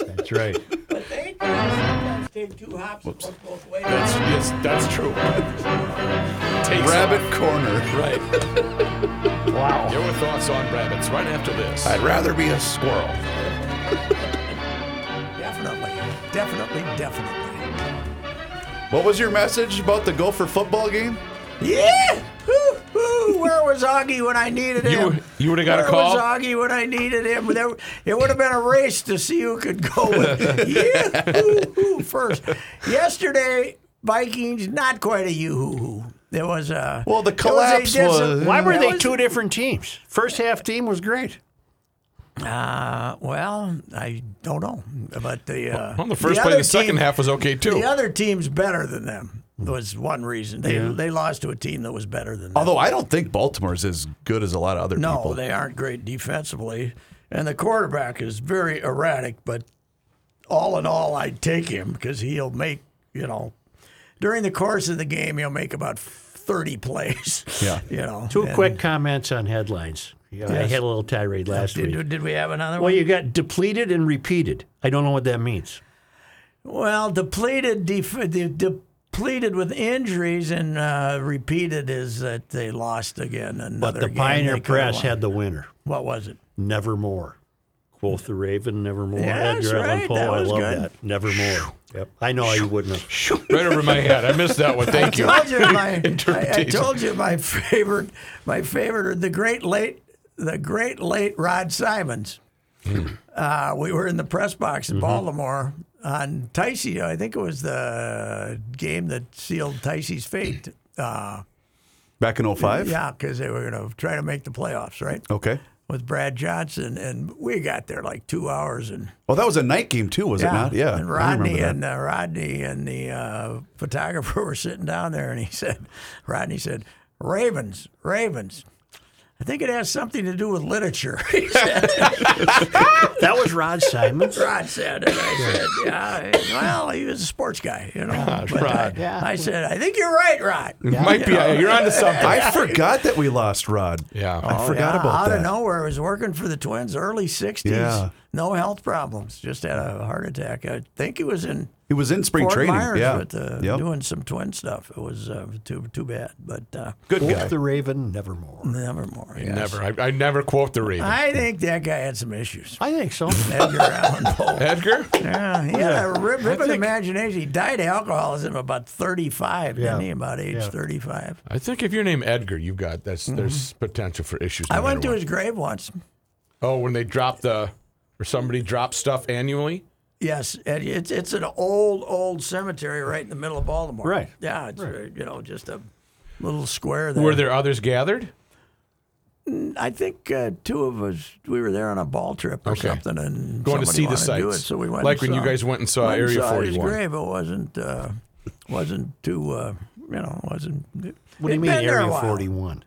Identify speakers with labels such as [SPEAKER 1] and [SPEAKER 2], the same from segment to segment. [SPEAKER 1] That's right.
[SPEAKER 2] But they sometimes take two hops both ways.
[SPEAKER 3] That's yes, that's true. Takes
[SPEAKER 4] Rabbit
[SPEAKER 3] off.
[SPEAKER 4] corner.
[SPEAKER 3] Right.
[SPEAKER 1] Wow.
[SPEAKER 3] Your thoughts on rabbits right after this.
[SPEAKER 4] I'd rather be a squirrel.
[SPEAKER 2] Definitely, definitely, definitely.
[SPEAKER 4] What was your message about the Gopher football game?
[SPEAKER 2] Yeah! Woo, woo. Where was Augie when I needed him?
[SPEAKER 3] You- you would've got a
[SPEAKER 2] Where
[SPEAKER 3] call?
[SPEAKER 2] was Augie when I needed him? There, it would have been a race to see who could go with yeah, hoo, hoo first. Yesterday, Vikings, not quite a yoo-hoo-hoo. There was a
[SPEAKER 4] Well, the
[SPEAKER 2] there was a
[SPEAKER 4] collapse
[SPEAKER 2] dis-
[SPEAKER 4] was-
[SPEAKER 1] Why were
[SPEAKER 2] there
[SPEAKER 1] they
[SPEAKER 2] was-
[SPEAKER 1] two different teams? First half team was great.
[SPEAKER 2] Uh, well, I don't know, but the uh,
[SPEAKER 3] Well, the first play of
[SPEAKER 2] other
[SPEAKER 3] the second half was okay too.
[SPEAKER 2] The other team's better than them was one reason. They they lost to a team that was better than them.
[SPEAKER 4] Although I don't think Baltimore's as good as a lot of other
[SPEAKER 2] no,
[SPEAKER 4] people.
[SPEAKER 2] they aren't great defensively, and the quarterback is very erratic. But all in all, I'd take him because he'll make you know during the course of the game he'll make about thirty plays.
[SPEAKER 4] Yeah.
[SPEAKER 2] you know.
[SPEAKER 1] Two
[SPEAKER 2] and-
[SPEAKER 1] quick comments on headlines. Yeah, I
[SPEAKER 2] Yes.
[SPEAKER 1] had a little tirade last week.
[SPEAKER 2] Did, did we have another
[SPEAKER 1] Well,
[SPEAKER 2] one?
[SPEAKER 1] you got depleted and repeated. I don't know what that means.
[SPEAKER 2] Well, depleted, def- de- depleted with injuries, and uh, repeated is that they lost again.
[SPEAKER 1] But
[SPEAKER 2] Another
[SPEAKER 1] the
[SPEAKER 2] game
[SPEAKER 1] Pioneer
[SPEAKER 2] they coulda
[SPEAKER 1] Press
[SPEAKER 2] won.
[SPEAKER 1] had the winner.
[SPEAKER 2] what was it?
[SPEAKER 1] Nevermore. Quoth the Raven, Nevermore.
[SPEAKER 2] Yeah, that's
[SPEAKER 1] Edgar Allan
[SPEAKER 2] right.
[SPEAKER 1] Poe.
[SPEAKER 2] That
[SPEAKER 1] I
[SPEAKER 2] was
[SPEAKER 1] love
[SPEAKER 2] good.
[SPEAKER 1] that. Nevermore. Yep. I know you wouldn't have.
[SPEAKER 3] right over my head. I missed that one. Thank you.
[SPEAKER 2] I told you my, I, I
[SPEAKER 3] Interpretation.
[SPEAKER 2] told you my favorite, my favorite, are the great late, the great late Rod Simons.
[SPEAKER 1] Hmm.
[SPEAKER 2] uh, we were in the press box
[SPEAKER 1] Mm-hmm.
[SPEAKER 2] in Baltimore on Ticey. I think it was the game that sealed Ticey's fate. Uh,
[SPEAKER 4] Back in 05?
[SPEAKER 2] yeah, because they were going to try to make the playoffs, right?
[SPEAKER 4] Okay.
[SPEAKER 2] with Brad Johnson, and we got there like two hours and
[SPEAKER 4] Well, Oh, that was a night game too, was it not? Yeah.
[SPEAKER 2] and
[SPEAKER 4] I remember
[SPEAKER 2] Rodney
[SPEAKER 4] that.
[SPEAKER 2] and uh, Rodney and the uh, photographer were sitting down there, and he said, Rodney said, Ravens, Ravens. I think it has something to do with literature. He said,
[SPEAKER 1] That was Rod Simons.
[SPEAKER 2] Rod said, and I said, yeah, well, he was a sports guy, you know. but
[SPEAKER 3] Rod.
[SPEAKER 2] I, I said, I think you're right, Rod.
[SPEAKER 3] Might be. You're onto something.
[SPEAKER 4] I forgot that we lost Rod.
[SPEAKER 3] Yeah.
[SPEAKER 4] I forgot
[SPEAKER 2] Oh, Yeah,
[SPEAKER 4] about
[SPEAKER 2] out
[SPEAKER 4] that.
[SPEAKER 2] of nowhere, I was working for the Twins, early '60s.
[SPEAKER 4] Yeah.
[SPEAKER 2] No health problems, just had a heart attack. I think he was in
[SPEAKER 4] He was in spring
[SPEAKER 2] Fort
[SPEAKER 4] training.
[SPEAKER 2] Myers
[SPEAKER 4] yeah.
[SPEAKER 2] with uh,
[SPEAKER 4] Yep.
[SPEAKER 2] doing some twin stuff. It was uh, too too bad, but uh,
[SPEAKER 4] Good guy.
[SPEAKER 1] Quoth the Raven, Nevermore.
[SPEAKER 2] nevermore. yes.
[SPEAKER 3] Never. I, I never quote the Raven.
[SPEAKER 2] I think that guy had some issues.
[SPEAKER 1] I think so.
[SPEAKER 2] Edgar Allan Poe.
[SPEAKER 3] Edgar.
[SPEAKER 2] Yeah, he had a rib- ripping imagination. He died of alcoholism about 35, didn't
[SPEAKER 1] Yeah.
[SPEAKER 2] he? About age
[SPEAKER 1] Yeah.
[SPEAKER 2] 35.
[SPEAKER 3] I think if you're named Edgar, you've got that's there's potential for issues. no
[SPEAKER 2] I went
[SPEAKER 3] matter
[SPEAKER 2] to
[SPEAKER 3] what.
[SPEAKER 2] his grave once.
[SPEAKER 3] Oh, when they drop the or somebody drops stuff annually.
[SPEAKER 2] Yes, and it's it's an old old cemetery right in the middle of Baltimore.
[SPEAKER 1] Right.
[SPEAKER 2] Yeah, it's uh, you know just a little square there.
[SPEAKER 3] Were there others gathered?
[SPEAKER 2] I think uh, two of us we were there on a ball trip or
[SPEAKER 3] Okay.
[SPEAKER 2] something and
[SPEAKER 3] Going to
[SPEAKER 2] somebody
[SPEAKER 3] see the
[SPEAKER 2] wanted do it,
[SPEAKER 3] sites.
[SPEAKER 2] so we went
[SPEAKER 3] like
[SPEAKER 2] and
[SPEAKER 3] when you
[SPEAKER 2] saw-
[SPEAKER 3] guys went and saw
[SPEAKER 2] went and
[SPEAKER 3] Area
[SPEAKER 2] saw his
[SPEAKER 3] 41.
[SPEAKER 2] grave. It wasn't uh, wasn't too uh, you know wasn't.
[SPEAKER 1] What do you mean, Area 41?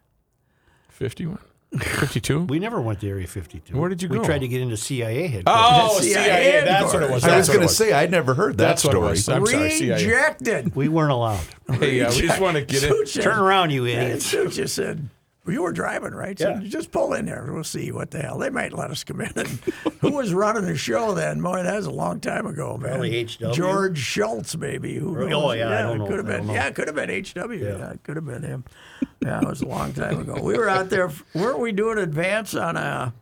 [SPEAKER 3] 51? 52?
[SPEAKER 1] We never went to Area 52.
[SPEAKER 3] Where did you go?
[SPEAKER 1] We tried to get into CIA headquarters.
[SPEAKER 3] Oh,
[SPEAKER 2] The
[SPEAKER 3] CIA.
[SPEAKER 2] CIA,
[SPEAKER 3] That's what it
[SPEAKER 2] of
[SPEAKER 3] was.
[SPEAKER 2] course.
[SPEAKER 4] I
[SPEAKER 3] That's
[SPEAKER 4] was
[SPEAKER 3] what it
[SPEAKER 4] going to say, I'd never heard that
[SPEAKER 3] That's what it
[SPEAKER 4] story.
[SPEAKER 3] was. I'm sorry, CIA.
[SPEAKER 2] Rejected.
[SPEAKER 1] We weren't allowed.
[SPEAKER 3] Hey, uh, we just want to get it.
[SPEAKER 2] Suit said-
[SPEAKER 1] Turn around, you
[SPEAKER 2] And
[SPEAKER 1] idiots.
[SPEAKER 2] Sue just said, "Well, you were driving, right? So just pull in there. We'll see what the hell. They might let us come in. And who was running the show then? Boy, that was a long time ago, man.
[SPEAKER 1] Probably H.W..
[SPEAKER 2] George Schultz, maybe. Who
[SPEAKER 1] Oh,
[SPEAKER 2] knows?
[SPEAKER 1] yeah, I don't
[SPEAKER 2] it
[SPEAKER 1] know.
[SPEAKER 2] could have
[SPEAKER 1] I
[SPEAKER 2] been.
[SPEAKER 1] don't know.
[SPEAKER 2] Yeah, it could have been H.W. Yeah. it could have been him. Yeah, it was a long time ago. We were out there. Weren't we doing advance on a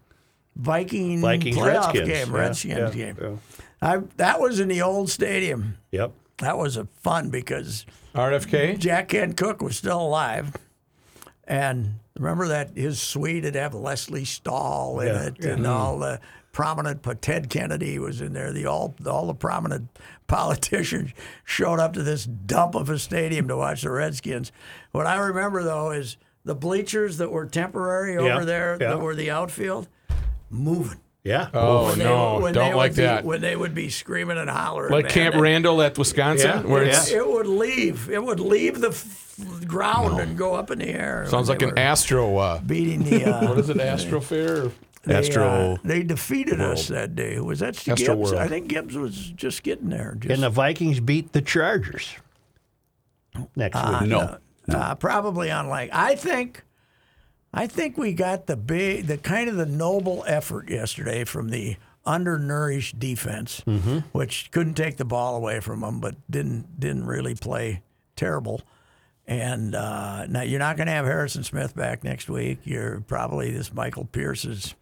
[SPEAKER 2] Viking
[SPEAKER 1] Vikings,
[SPEAKER 2] Mm, playoff
[SPEAKER 1] Redskins.
[SPEAKER 2] game,
[SPEAKER 1] Yeah,
[SPEAKER 2] Redskins game? I that was in the old stadium.
[SPEAKER 1] Yep.
[SPEAKER 2] That was a fun because
[SPEAKER 3] RFK.
[SPEAKER 2] Jack Ken Cook was still alive. And remember that his suite would have Leslie Stahl in
[SPEAKER 1] Yeah.
[SPEAKER 2] it and all
[SPEAKER 3] Mm-hmm.
[SPEAKER 2] the prominent but Ted Kennedy was in there. The all all the prominent politicians showed up to this dump of a stadium to watch the Redskins. What I remember though is the bleachers that were temporary
[SPEAKER 1] Yeah,
[SPEAKER 2] over there
[SPEAKER 1] yeah.
[SPEAKER 2] that were the outfield moving.
[SPEAKER 1] Yeah.
[SPEAKER 3] Oh
[SPEAKER 2] They-
[SPEAKER 3] no,
[SPEAKER 2] when they
[SPEAKER 3] don't
[SPEAKER 2] would
[SPEAKER 3] like
[SPEAKER 2] be-
[SPEAKER 3] that.
[SPEAKER 2] When they would be screaming and hollering.
[SPEAKER 3] Like
[SPEAKER 2] man,
[SPEAKER 3] Camp
[SPEAKER 2] that-
[SPEAKER 3] Randall at Wisconsin,
[SPEAKER 1] Yeah,
[SPEAKER 3] where
[SPEAKER 1] yeah.
[SPEAKER 3] it's
[SPEAKER 2] it would leave. It would leave the f- ground and go up in the air.
[SPEAKER 3] sounds like
[SPEAKER 2] when they
[SPEAKER 3] an
[SPEAKER 2] were
[SPEAKER 3] Astro. Uh,
[SPEAKER 2] beating the.
[SPEAKER 3] what
[SPEAKER 2] Uh,
[SPEAKER 3] is it, Astro Fair? or-
[SPEAKER 2] they, uh,
[SPEAKER 4] Astro-
[SPEAKER 2] they defeated us that day. Was that Gibbs?
[SPEAKER 3] Astro World.
[SPEAKER 2] I think Gibbs was just getting there. Just,
[SPEAKER 1] And the Vikings beat the Chargers next
[SPEAKER 2] Ah,
[SPEAKER 1] week.
[SPEAKER 4] No.
[SPEAKER 2] uh, probably on like I think, I think we got the big, the kind of the noble effort yesterday from the undernourished defense,
[SPEAKER 4] Mm-hmm.
[SPEAKER 2] which couldn't take the ball away from them, but didn't didn't really play terrible. And uh, now you're not going to have Harrison Smith back next week. You're probably this Michael Pierce is,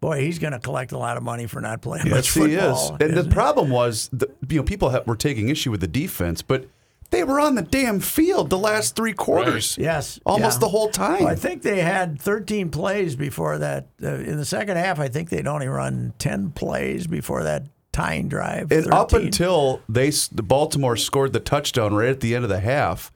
[SPEAKER 2] boy, he's going to collect a lot of money for not playing much
[SPEAKER 4] Yes, he is.
[SPEAKER 2] football.
[SPEAKER 4] And the
[SPEAKER 2] isn't he?
[SPEAKER 4] problem was, the, you know, people ha- were taking issue with the defense, but they were on the damn field the last three quarters.
[SPEAKER 2] Yes,
[SPEAKER 4] Almost
[SPEAKER 2] yeah.
[SPEAKER 4] the whole time.
[SPEAKER 2] Well, I think they had 13 plays before that. Uh, in the second half, I think they'd only run 10 plays before that tying drive.
[SPEAKER 4] and up
[SPEAKER 2] 13.
[SPEAKER 4] until they s- the Baltimore scored the touchdown right at the end of the half,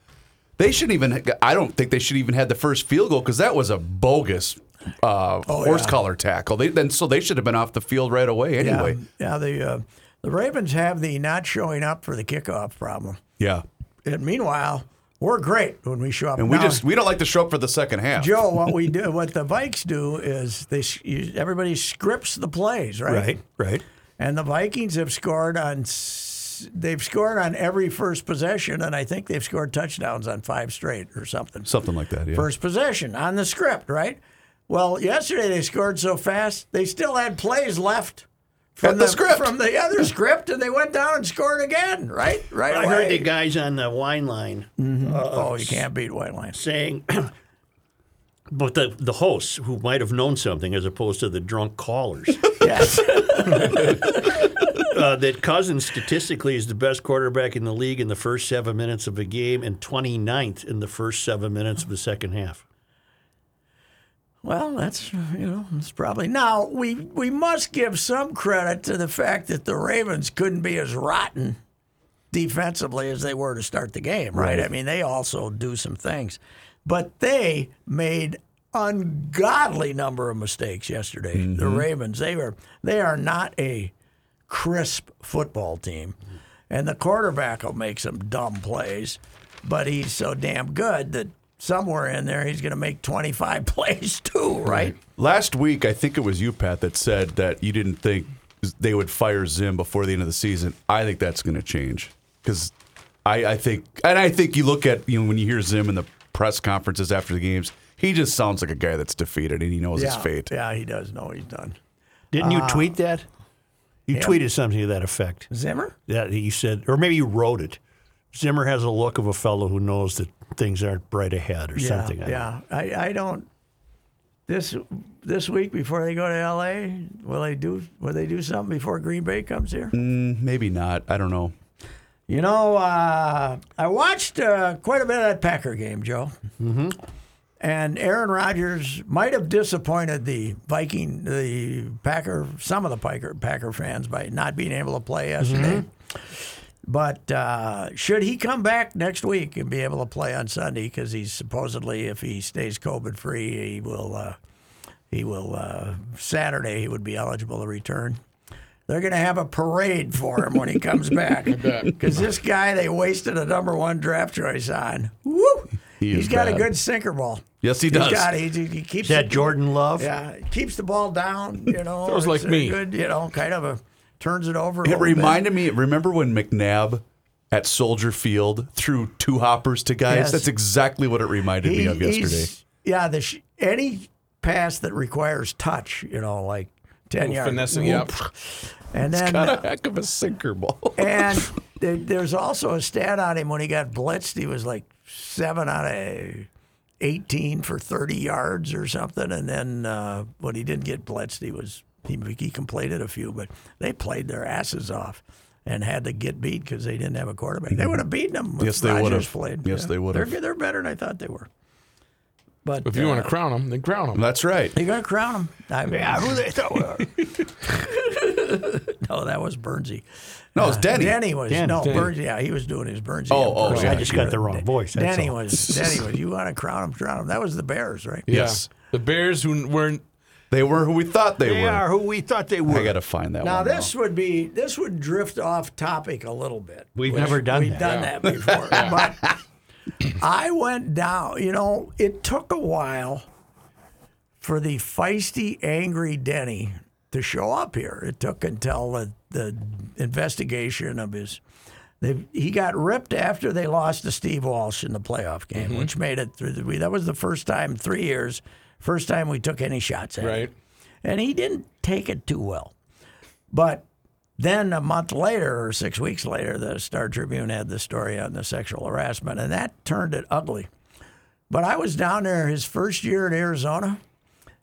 [SPEAKER 4] they shouldn't even. I don't think they should even had the first field goal because that was a bogus
[SPEAKER 2] Oh,
[SPEAKER 4] uh, horse collar tackle. They then so they should have been off the field right away
[SPEAKER 2] yeah,
[SPEAKER 4] anyway.
[SPEAKER 2] yeah, the uh, the Ravens have the not showing up for the kickoff problem.
[SPEAKER 4] Yeah,
[SPEAKER 2] And meanwhile, we're great when we show up.
[SPEAKER 4] and we
[SPEAKER 2] Now,
[SPEAKER 4] just we don't like to show up for the second half.
[SPEAKER 2] Joe, what we do, what the Vikes do is they s- you, everybody scripts the plays,
[SPEAKER 1] Right, right.
[SPEAKER 2] And the Vikings have scored on s- they've scored on every first possession, and I think they've scored touchdowns on five straight or something.
[SPEAKER 4] something like that. Yeah,
[SPEAKER 2] First possession on the script, right? Well, yesterday they scored so fast they still had plays left from
[SPEAKER 4] At the script.
[SPEAKER 2] from the other script, and they went down and scored again, right? Right.
[SPEAKER 1] I heard
[SPEAKER 2] away.
[SPEAKER 1] the guys on the wine line
[SPEAKER 2] Oh, you can't beat White Line.
[SPEAKER 1] saying, but the, the hosts who might have known something as opposed to the drunk callers,
[SPEAKER 2] Yes.
[SPEAKER 1] uh, that Cousins statistically is the best quarterback in the league in the first seven minutes of a game and 29th in the first seven minutes of the second half.
[SPEAKER 2] Well, that's you know, it's probably now we we must give some credit to the fact that the Ravens couldn't be as rotten defensively as they were to start the game, right? I mean, they also do some things, but they made ungodly number of mistakes yesterday. The Ravens, they were they are not a crisp football team, and the quarterback will make some dumb plays, but he's so damn good that somewhere in there he's going to make twenty five plays too, right?
[SPEAKER 4] Last week, I think it was you, Pat, that said that you didn't think they would fire Zim before the end of the season. I think that's going to change because I, I think, and I think you look at you know when you hear Zim in the press conferences after the games, he just sounds like a guy that's defeated and he knows his
[SPEAKER 2] yeah,
[SPEAKER 4] fate.
[SPEAKER 2] Yeah, he does know he's done.
[SPEAKER 1] Didn't
[SPEAKER 2] Ah.
[SPEAKER 1] you tweet that? You tweeted something to that effect.
[SPEAKER 2] Zimmer?
[SPEAKER 1] that he said, or maybe you wrote it. Zimmer has a look of a fellow who knows that things aren't bright ahead or something.
[SPEAKER 2] Yeah, yeah. I, I don't. This this week before they go to L.A., will they do will they do something before Green Bay comes here?
[SPEAKER 4] Mm, Maybe not. I don't know.
[SPEAKER 2] You know, uh, I watched uh, quite a bit of that Packer game, Joe. Mm-hmm. And Aaron Rodgers might have disappointed the Viking, the Packer, some of the Packer, Packer fans by not being able to play yesterday. But uh, should he come back next week and be able to play on Sunday? Because he's supposedly, if he stays COVID free, he will. Uh, he will uh, Saturday. He would be eligible to return. They're going to have a parade for him when he comes back because this guy they wasted a number one draft choice on. Woo!
[SPEAKER 4] He is
[SPEAKER 2] has got a
[SPEAKER 4] bad.
[SPEAKER 2] good sinker ball.
[SPEAKER 4] Yes, he does.
[SPEAKER 2] He's got it. He, he keeps
[SPEAKER 1] Is that
[SPEAKER 2] it-
[SPEAKER 1] Jordan Love?
[SPEAKER 2] Yeah, he keeps the ball down. You know,
[SPEAKER 3] Throws like
[SPEAKER 2] it's a
[SPEAKER 3] me.
[SPEAKER 2] Good, you know, kind of a turns it over. a
[SPEAKER 4] It
[SPEAKER 2] little bit.
[SPEAKER 4] reminded me. Remember when McNabb at Soldier Field threw two hoppers to guys?
[SPEAKER 2] Yes.
[SPEAKER 4] That's exactly what it reminded me
[SPEAKER 2] He-
[SPEAKER 4] of yesterday.
[SPEAKER 2] he's- Yeah, the sh- any pass that requires touch, you know, like ten yards,
[SPEAKER 3] Finessing you up.
[SPEAKER 2] and then
[SPEAKER 4] Got a heck of a sinker ball.
[SPEAKER 2] And there, there's also a stat on him when he got blitzed. He was like seven out of 18 for 30 yards or something. And then uh, when he didn't get blitzed, he was He, he completed a few, but they played their asses off and had to get beat because they didn't have a quarterback. They would have beaten them.
[SPEAKER 4] Mm-hmm. Yes, they would have.
[SPEAKER 2] Played.
[SPEAKER 4] Yes, they would have.
[SPEAKER 2] They're, they're better than I thought they were. But
[SPEAKER 3] If you want
[SPEAKER 2] uh,
[SPEAKER 3] to crown them, then crown them.
[SPEAKER 4] That's right.
[SPEAKER 2] you gotta crown them. I mean, who they thought were. no, that was Bernsey. Uh,
[SPEAKER 4] No, it's Denny.
[SPEAKER 2] Denny was
[SPEAKER 1] Denny.
[SPEAKER 2] no
[SPEAKER 3] Denny.
[SPEAKER 2] Bernsey. Yeah, he was doing his Bernsey.
[SPEAKER 4] Oh, oh,
[SPEAKER 2] impression.
[SPEAKER 4] yeah.
[SPEAKER 1] I just got the wrong voice. That's
[SPEAKER 2] Denny
[SPEAKER 1] all.
[SPEAKER 2] was. Denny was. You want to crown him? Crown him. That was the Bears, right?
[SPEAKER 3] Yeah.
[SPEAKER 4] Yes.
[SPEAKER 3] The Bears who weren't.
[SPEAKER 4] They were who we thought they,
[SPEAKER 1] They
[SPEAKER 4] were.
[SPEAKER 1] are who we thought they were.
[SPEAKER 4] I gotta find that
[SPEAKER 2] Now
[SPEAKER 4] one.
[SPEAKER 2] this would be this would drift off topic a little bit.
[SPEAKER 1] We've never done
[SPEAKER 2] We've
[SPEAKER 1] that.
[SPEAKER 2] done that before, but I went down. You know, it took a while for the feisty, angry Denny to show up here. It took until the, the investigation of his. They, he got ripped after they lost to Steve Walsh in the playoff game,
[SPEAKER 1] Mm-hmm.
[SPEAKER 2] which made it through. The, we- that was the first time three years, first time we took any shots at him
[SPEAKER 3] Right.
[SPEAKER 2] and he didn't take it too well. But then a month later or six weeks later, the Star Tribune had the story on the sexual harassment, and that turned it ugly. But I was down there his first year in Arizona.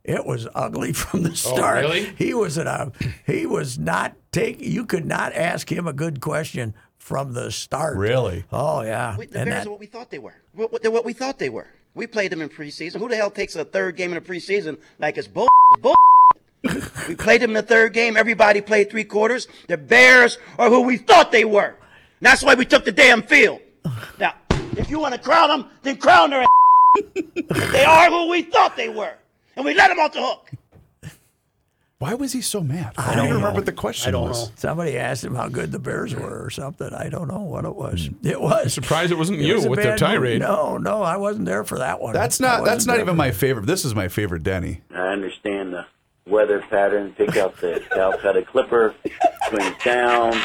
[SPEAKER 2] It was ugly from the start.
[SPEAKER 3] really?
[SPEAKER 2] He was at a, he was not take. You could not ask him a good question from the start.
[SPEAKER 4] Really?
[SPEAKER 2] Oh yeah.
[SPEAKER 5] We, the
[SPEAKER 2] And
[SPEAKER 5] Bears
[SPEAKER 2] that-
[SPEAKER 5] are what we thought they were. What, what, they're what we thought they were. We played them in preseason. Who the hell takes a third game in the preseason like it's bull? bull? we played them in the third game. Everybody played three quarters. The Bears are who we thought they were. And that's why we took the damn field. Now, if you want to crown them, then crown their ass. they are who we thought they were. And we let them off the hook.
[SPEAKER 4] Why was he so mad? I don't, even remember what the question
[SPEAKER 1] I don't
[SPEAKER 4] was.
[SPEAKER 1] know.
[SPEAKER 2] Somebody asked him how good the Bears were or something. I don't know what it was. It was.
[SPEAKER 3] Surprised it wasn't you
[SPEAKER 2] was a
[SPEAKER 3] with the
[SPEAKER 2] bad-
[SPEAKER 3] tirade.
[SPEAKER 2] No, no, I wasn't there for that one.
[SPEAKER 4] That's
[SPEAKER 2] I
[SPEAKER 4] not. That's
[SPEAKER 2] wasn't
[SPEAKER 4] not
[SPEAKER 2] there
[SPEAKER 4] even my favorite. This is my favorite Denny.
[SPEAKER 6] I understand the weather pattern. Pick out the Calcutta Clipper, swings down,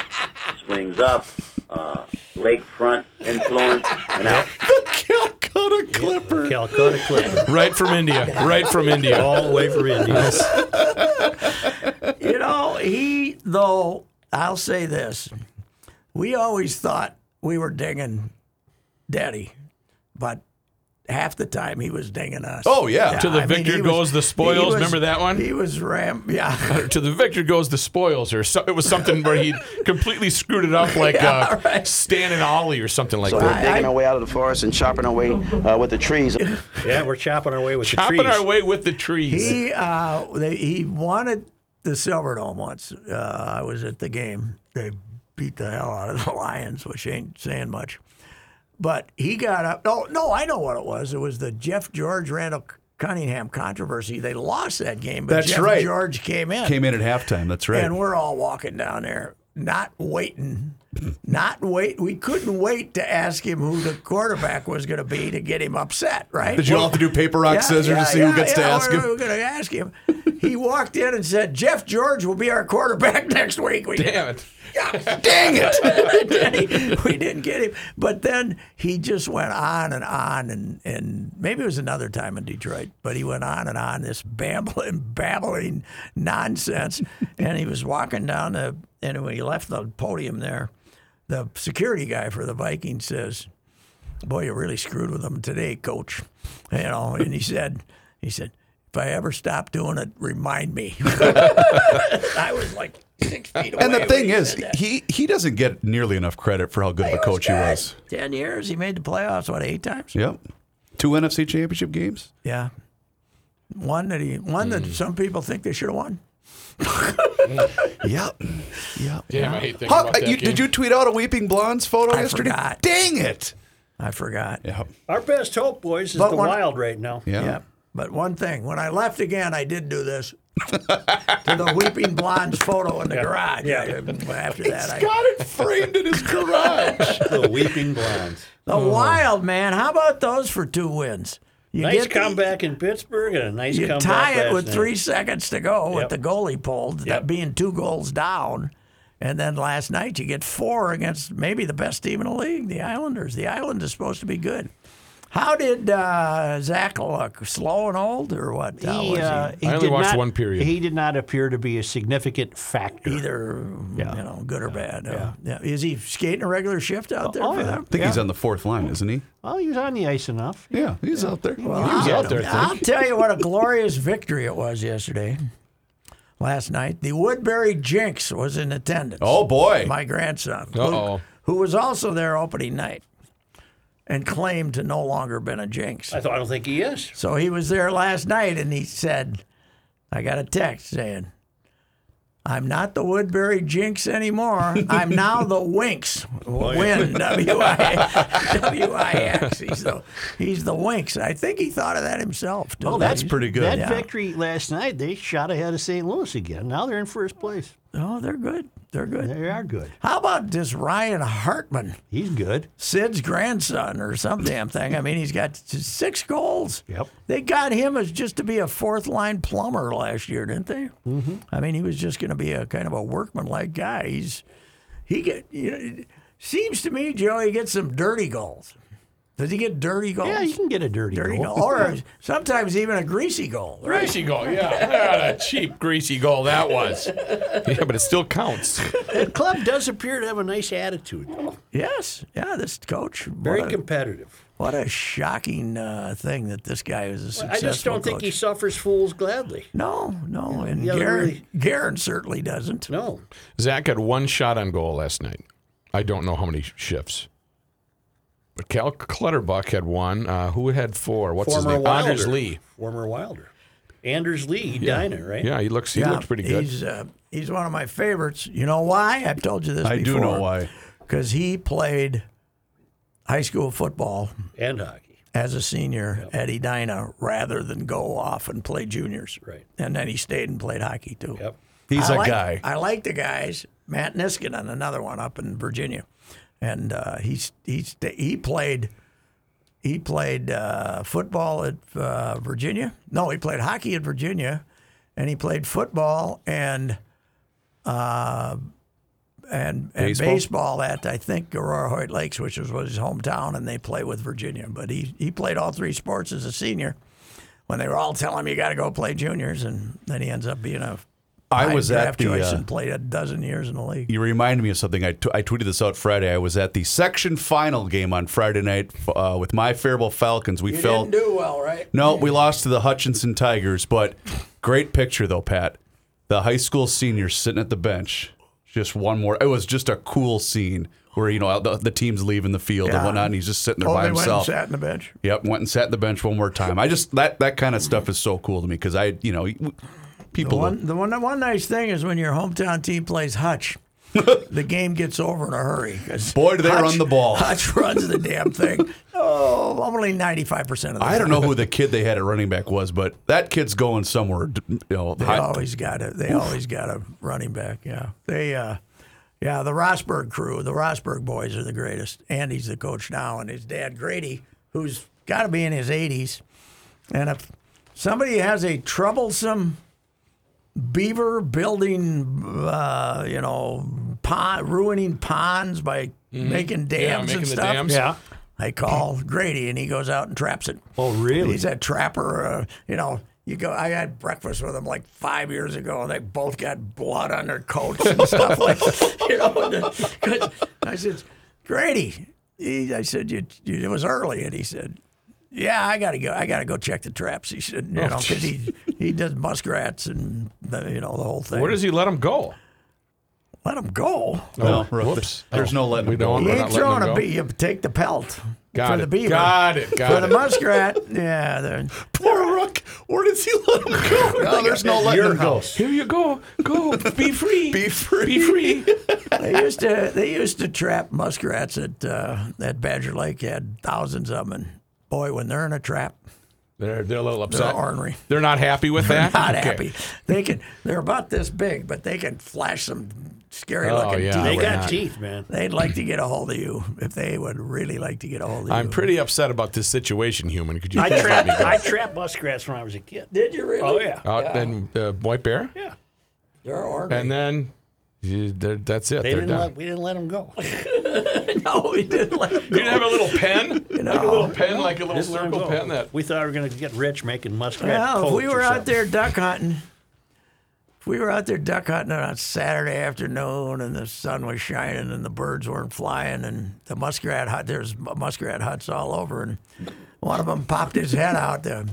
[SPEAKER 6] swings up, uh, lakefront influence, and out.
[SPEAKER 4] Calcutta Clipper.
[SPEAKER 1] Calcutta Clipper.
[SPEAKER 3] Right from India. Right from India.
[SPEAKER 1] All the way from India.
[SPEAKER 2] for- You know, he though. I'll say this: we always thought we were dinging Daddy, but half the time he was dinging us.
[SPEAKER 4] Oh, yeah.
[SPEAKER 3] To the
[SPEAKER 2] mean,
[SPEAKER 3] victor
[SPEAKER 2] he
[SPEAKER 3] goes the
[SPEAKER 2] he
[SPEAKER 3] spoils. Remember that one?
[SPEAKER 2] He was ram. Yeah.
[SPEAKER 3] to the victor goes the spoils, or so, it was something where he completely screwed it up, like uh, Stan and Ollie, or something like that.
[SPEAKER 2] I-
[SPEAKER 5] way out of the forest and chopping our way uh, with the trees.
[SPEAKER 1] Yeah, we're chopping our way with the
[SPEAKER 3] Chopping
[SPEAKER 1] trees.
[SPEAKER 3] our way with the trees.
[SPEAKER 2] He uh, they, he wanted the Silverdome once. Uh, I was at the game. They beat the hell out of the Lions, which ain't saying much. But he got up. No, no, I know what it was. It was the Jeff George Randall Cunningham controversy. They lost that game, but
[SPEAKER 4] That's
[SPEAKER 2] Jeff
[SPEAKER 4] right.
[SPEAKER 2] George came in.
[SPEAKER 4] Came in at halftime. That's right.
[SPEAKER 2] And we're all walking down there, not waiting, not wait. We couldn't wait to ask him who the quarterback was going to be to get him upset, right?
[SPEAKER 4] Did you all have to do paper rock
[SPEAKER 2] Yeah,
[SPEAKER 4] scissors
[SPEAKER 2] yeah,
[SPEAKER 4] to see
[SPEAKER 2] yeah,
[SPEAKER 4] who gets to
[SPEAKER 2] yeah,
[SPEAKER 4] ask
[SPEAKER 2] we're,
[SPEAKER 4] him?
[SPEAKER 2] We're going to ask him. He walked in and said, "Jeff George will be our quarterback next week." We,
[SPEAKER 3] Damn it.
[SPEAKER 2] God dang it! we didn't get him. But then he just went on and on, and, and maybe it was another time in Detroit, but he went on and on this babbling, babbling nonsense. and he was walking down the, and when he left the podium there, the security guy for the Vikings says, boy, you really screwed with them today, coach. You know, and he said, he said, if I ever stop doing it, remind me. I was like six feet away.
[SPEAKER 4] And the
[SPEAKER 2] when
[SPEAKER 4] thing
[SPEAKER 2] he
[SPEAKER 4] is,
[SPEAKER 2] said that.
[SPEAKER 4] he he doesn't get nearly enough credit for how good of a coach he was.
[SPEAKER 2] ten years. He made the playoffs what eight times?
[SPEAKER 4] Yep. Two NFC Championship games.
[SPEAKER 2] Yeah, one that he one
[SPEAKER 4] Hmm.
[SPEAKER 2] that some people think they should have won.
[SPEAKER 4] Yep. Yep.
[SPEAKER 3] Damn, I hate thinking
[SPEAKER 4] Huh, uh,
[SPEAKER 3] about that.
[SPEAKER 4] you,
[SPEAKER 3] game.
[SPEAKER 4] did you tweet out a Weeping Blondes photo
[SPEAKER 2] I
[SPEAKER 4] yesterday?
[SPEAKER 2] forgot.
[SPEAKER 4] Dang it.
[SPEAKER 2] I forgot. Yeah.
[SPEAKER 4] Yep.
[SPEAKER 1] Our best hope, boys, is
[SPEAKER 2] But
[SPEAKER 1] the
[SPEAKER 2] one-
[SPEAKER 1] wild right now.
[SPEAKER 4] Yeah.
[SPEAKER 2] But one thing, when I left again, I did do this to the weeping blondes photo in the garage.
[SPEAKER 1] Yeah.
[SPEAKER 2] After that, I,
[SPEAKER 4] Got it framed in his garage.
[SPEAKER 1] The weeping blondes.
[SPEAKER 2] the wild man. How about those for two wins? You
[SPEAKER 1] Nice
[SPEAKER 2] get the-
[SPEAKER 1] comeback in Pittsburgh and a nice
[SPEAKER 2] You
[SPEAKER 1] comeback.
[SPEAKER 2] tie it
[SPEAKER 1] last
[SPEAKER 2] with
[SPEAKER 1] night.
[SPEAKER 2] three seconds to go with
[SPEAKER 1] Yep.
[SPEAKER 2] the goalie pulled, that
[SPEAKER 1] Yep.
[SPEAKER 2] being two goals down. And then last night you get four against maybe the best team in the league, the Islanders. The Island is supposed to be good. How did uh, Zach look? Slow and old or what? How
[SPEAKER 1] He,
[SPEAKER 2] was
[SPEAKER 1] uh, he
[SPEAKER 3] I only
[SPEAKER 1] did
[SPEAKER 3] watched
[SPEAKER 1] not-
[SPEAKER 3] one period.
[SPEAKER 1] He did not appear to be a significant factor.
[SPEAKER 2] he? Either you know, good or bad. uh, yeah. Is he skating a regular shift out there
[SPEAKER 1] oh,
[SPEAKER 2] for
[SPEAKER 1] yeah.
[SPEAKER 2] them?
[SPEAKER 4] I think he's on the fourth line, isn't he?
[SPEAKER 1] Well, he was on the ice enough.
[SPEAKER 4] Yeah, he's out there.
[SPEAKER 2] Well,
[SPEAKER 4] he was
[SPEAKER 2] I'll-
[SPEAKER 4] out there. I
[SPEAKER 2] I'll
[SPEAKER 4] think.
[SPEAKER 2] tell you what a glorious victory it was yesterday. last night. The Woodbury Jinx was in attendance.
[SPEAKER 4] Oh boy.
[SPEAKER 2] my grandson, Luke,
[SPEAKER 3] Uh-oh.
[SPEAKER 2] who was also there opening night, and claimed to no longer been a Jinx.
[SPEAKER 1] I, thought, I don't think he is.
[SPEAKER 2] So he was there last night and he said, I got a text saying, I'm not the Woodbury Jinx anymore. I'm now the Winx. Win, W I W I X. He's the, he's the Winx. I think he thought of that himself. too.
[SPEAKER 1] Oh,
[SPEAKER 4] that's pretty good.
[SPEAKER 1] That
[SPEAKER 4] Yeah.
[SPEAKER 1] victory last night, they shot ahead of St. Louis again. Now they're in first place.
[SPEAKER 2] Oh, they're good. They're good.
[SPEAKER 1] They are good.
[SPEAKER 2] How about this Ryan Hartman,
[SPEAKER 1] He's good.
[SPEAKER 2] Sid's grandson or some damn thing? I mean, he's got six goals.
[SPEAKER 1] Yep.
[SPEAKER 2] They got him as just to be a fourth line plumber last year, didn't they? Mm-hmm. I mean, he was just going to be a kind of a workman like guy. He's he get you know, it seems to me, Joe, he gets some dirty goals. Does he get dirty goals?
[SPEAKER 1] Yeah, you can get a Oh. dirty,
[SPEAKER 2] dirty
[SPEAKER 1] goal.
[SPEAKER 2] goal, or sometimes even a greasy goal. Right?
[SPEAKER 3] Greasy goal, yeah. What a cheap greasy goal that was. Yeah, but it still counts.
[SPEAKER 1] The club does appear to have a nice attitude.
[SPEAKER 2] Yes, yeah. This coach,
[SPEAKER 1] Very
[SPEAKER 2] what a,
[SPEAKER 1] competitive.
[SPEAKER 2] what a shocking uh, thing that this guy is a
[SPEAKER 1] I
[SPEAKER 2] successful
[SPEAKER 1] just don't think
[SPEAKER 2] coach.
[SPEAKER 1] he suffers fools gladly.
[SPEAKER 2] No, no, and
[SPEAKER 1] Yeah,
[SPEAKER 2] Garen,
[SPEAKER 1] really.
[SPEAKER 2] Garen certainly doesn't.
[SPEAKER 1] No.
[SPEAKER 3] Zach had one shot on goal last night. I don't know how many shifts. But Cal Clutterbuck had one. Uh, who had four? What's his
[SPEAKER 1] Former
[SPEAKER 3] name?
[SPEAKER 1] Wilder.
[SPEAKER 3] Anders Lee.
[SPEAKER 1] Former Wilder. Anders Lee, Diner, right?
[SPEAKER 3] Yeah, he looks. He
[SPEAKER 2] Yeah,
[SPEAKER 3] looks pretty good.
[SPEAKER 2] He's uh, he's one of my favorites. You know why? I've told you this.
[SPEAKER 4] I do
[SPEAKER 2] before.
[SPEAKER 4] know why.
[SPEAKER 2] Because he played high school football
[SPEAKER 1] And hockey.
[SPEAKER 2] as a senior at Edina rather than go off and play juniors.
[SPEAKER 1] Right.
[SPEAKER 2] And then he stayed and played hockey too.
[SPEAKER 1] Yep.
[SPEAKER 4] He's
[SPEAKER 2] I
[SPEAKER 4] a
[SPEAKER 2] like,
[SPEAKER 4] guy.
[SPEAKER 2] I like the guys. Matt Niskanen, another one up in Virginia, and uh, he's he's he played he played uh, football at uh, Virginia. No, he played hockey at Virginia, and he played football and uh, and and
[SPEAKER 4] Baseball?
[SPEAKER 2] baseball? at I think Aurora Hoyt Lakes, which was, was his hometown, and they play with Virginia. But he he played all three sports as a senior. When they were all telling him you got to go play juniors, and then he ends up being a
[SPEAKER 4] I was at
[SPEAKER 2] draft
[SPEAKER 4] the.
[SPEAKER 2] choice
[SPEAKER 4] uh,
[SPEAKER 2] and played a dozen years in the league.
[SPEAKER 4] you reminded me of something. I t- I tweeted this out Friday. I was at the section final game on Friday night uh, with my Faribault Falcons. We fell.
[SPEAKER 2] do well, right?
[SPEAKER 4] No, we lost to the Hutchinson Tigers, but great picture though, Pat. The high school senior sitting at the bench. Just one more. It was just a cool scene where you know the, the team's leaving the field
[SPEAKER 2] Yeah.
[SPEAKER 4] and whatnot, and he's just sitting there
[SPEAKER 2] Oh,
[SPEAKER 4] by
[SPEAKER 2] they went and
[SPEAKER 4] himself.
[SPEAKER 2] sat in the bench.
[SPEAKER 4] Yep, went and sat at the bench one more time. I just that that kind of stuff is so cool to me because I you know people
[SPEAKER 2] One, the one, the one nice thing is when your hometown team plays Hutch, the game gets over in a hurry. 'cause
[SPEAKER 4] boy do they
[SPEAKER 2] Hutch-
[SPEAKER 4] run the ball.
[SPEAKER 2] Hutch runs the damn thing. Oh, only ninety-five percent of the
[SPEAKER 4] I don't
[SPEAKER 2] time.
[SPEAKER 4] know who the kid they had at running back was, but that kid's going somewhere. d- You know,
[SPEAKER 2] They
[SPEAKER 4] high-
[SPEAKER 2] always got it. They always got a running back. Yeah, they. uh yeah, the Rosberg crew, the Rosberg boys are the greatest. Andy's the coach now, and his dad Grady, who's got to be in his 80s. And if somebody has a troublesome beaver building, uh, you know, pond, ruining ponds by making
[SPEAKER 3] Mm-hmm.
[SPEAKER 2] dams
[SPEAKER 3] Yeah,
[SPEAKER 2] and
[SPEAKER 3] making the
[SPEAKER 2] stuff,
[SPEAKER 3] dams.
[SPEAKER 1] Yeah.
[SPEAKER 2] I call Grady, and he goes out and traps it.
[SPEAKER 1] Oh, really?
[SPEAKER 2] He's that trapper. Uh, you know, you go. I had breakfast with him like five years ago, and they both got blood on their coats and stuff like. You know, and, uh, 'cause I said, Grady. He, I said, you, you, it was early, and he said, Yeah, I gotta go. I gotta go check the traps. He said,
[SPEAKER 3] Oh,
[SPEAKER 2] You know, 'cause he he does muskrats and the, you know the whole thing.
[SPEAKER 3] Where does he let him go?
[SPEAKER 2] Let him go.
[SPEAKER 4] No,
[SPEAKER 3] Oh,
[SPEAKER 4] whoops. There's no letting
[SPEAKER 3] We
[SPEAKER 4] him go.
[SPEAKER 3] don't.
[SPEAKER 2] He
[SPEAKER 3] We're
[SPEAKER 2] ain't
[SPEAKER 3] not letting
[SPEAKER 2] throwing
[SPEAKER 3] him
[SPEAKER 2] a
[SPEAKER 3] go.
[SPEAKER 2] bee. You take the pelt
[SPEAKER 3] Got
[SPEAKER 2] for
[SPEAKER 3] it.
[SPEAKER 2] the beaver.
[SPEAKER 3] Got it. Got
[SPEAKER 2] for
[SPEAKER 3] it.
[SPEAKER 2] the muskrat, yeah, they're-
[SPEAKER 4] poor Rook. Where does he let him go? No, there's no letting
[SPEAKER 1] Your
[SPEAKER 4] him go.
[SPEAKER 1] house.
[SPEAKER 3] Here you go. Go. Be free.
[SPEAKER 4] Be free.
[SPEAKER 3] Be free.
[SPEAKER 2] they used to they used to trap muskrats at uh, at Badger Lake. You had thousands of them, and boy, when they're in a trap,
[SPEAKER 3] They're, they're a little
[SPEAKER 2] they're
[SPEAKER 3] upset.
[SPEAKER 2] ornery.
[SPEAKER 3] They're not happy with that.
[SPEAKER 2] Not
[SPEAKER 3] Okay.
[SPEAKER 2] happy. They can they're about this big, but they can flash some scary
[SPEAKER 3] Oh,
[SPEAKER 2] looking
[SPEAKER 3] yeah.
[SPEAKER 2] teeth.
[SPEAKER 1] They
[SPEAKER 3] we're
[SPEAKER 1] got
[SPEAKER 3] not.
[SPEAKER 1] teeth, man.
[SPEAKER 2] They'd like to get a hold of you if they would really like to get a hold of
[SPEAKER 3] I'm
[SPEAKER 2] you.
[SPEAKER 3] pretty upset about this situation, human. Could you
[SPEAKER 1] I
[SPEAKER 3] please let
[SPEAKER 1] trapped,
[SPEAKER 3] me go?
[SPEAKER 1] I trapped muskrats when I was a kid.
[SPEAKER 2] Did you really?
[SPEAKER 1] Oh, yeah.
[SPEAKER 3] Out then uh, white bear,
[SPEAKER 1] Yeah.
[SPEAKER 2] They're ornery.
[SPEAKER 3] and then you, they're- that's it.
[SPEAKER 1] They
[SPEAKER 3] they're
[SPEAKER 1] didn't
[SPEAKER 3] done.
[SPEAKER 1] let, we didn't let them go.
[SPEAKER 2] no, we didn't let 'em
[SPEAKER 3] You didn't have a little pen? Like a little pen, like a little
[SPEAKER 1] Didn't let 'em
[SPEAKER 3] circle
[SPEAKER 1] go.
[SPEAKER 3] pen that.
[SPEAKER 1] We thought we were going to get rich making muskrat
[SPEAKER 2] Well, if we
[SPEAKER 1] coats or
[SPEAKER 2] were out
[SPEAKER 1] something.
[SPEAKER 2] there duck hunting, if we were out there duck hunting on a Saturday afternoon and the sun was shining and the birds weren't flying and the muskrat hut, there's muskrat huts all over and one of them popped his head out. The,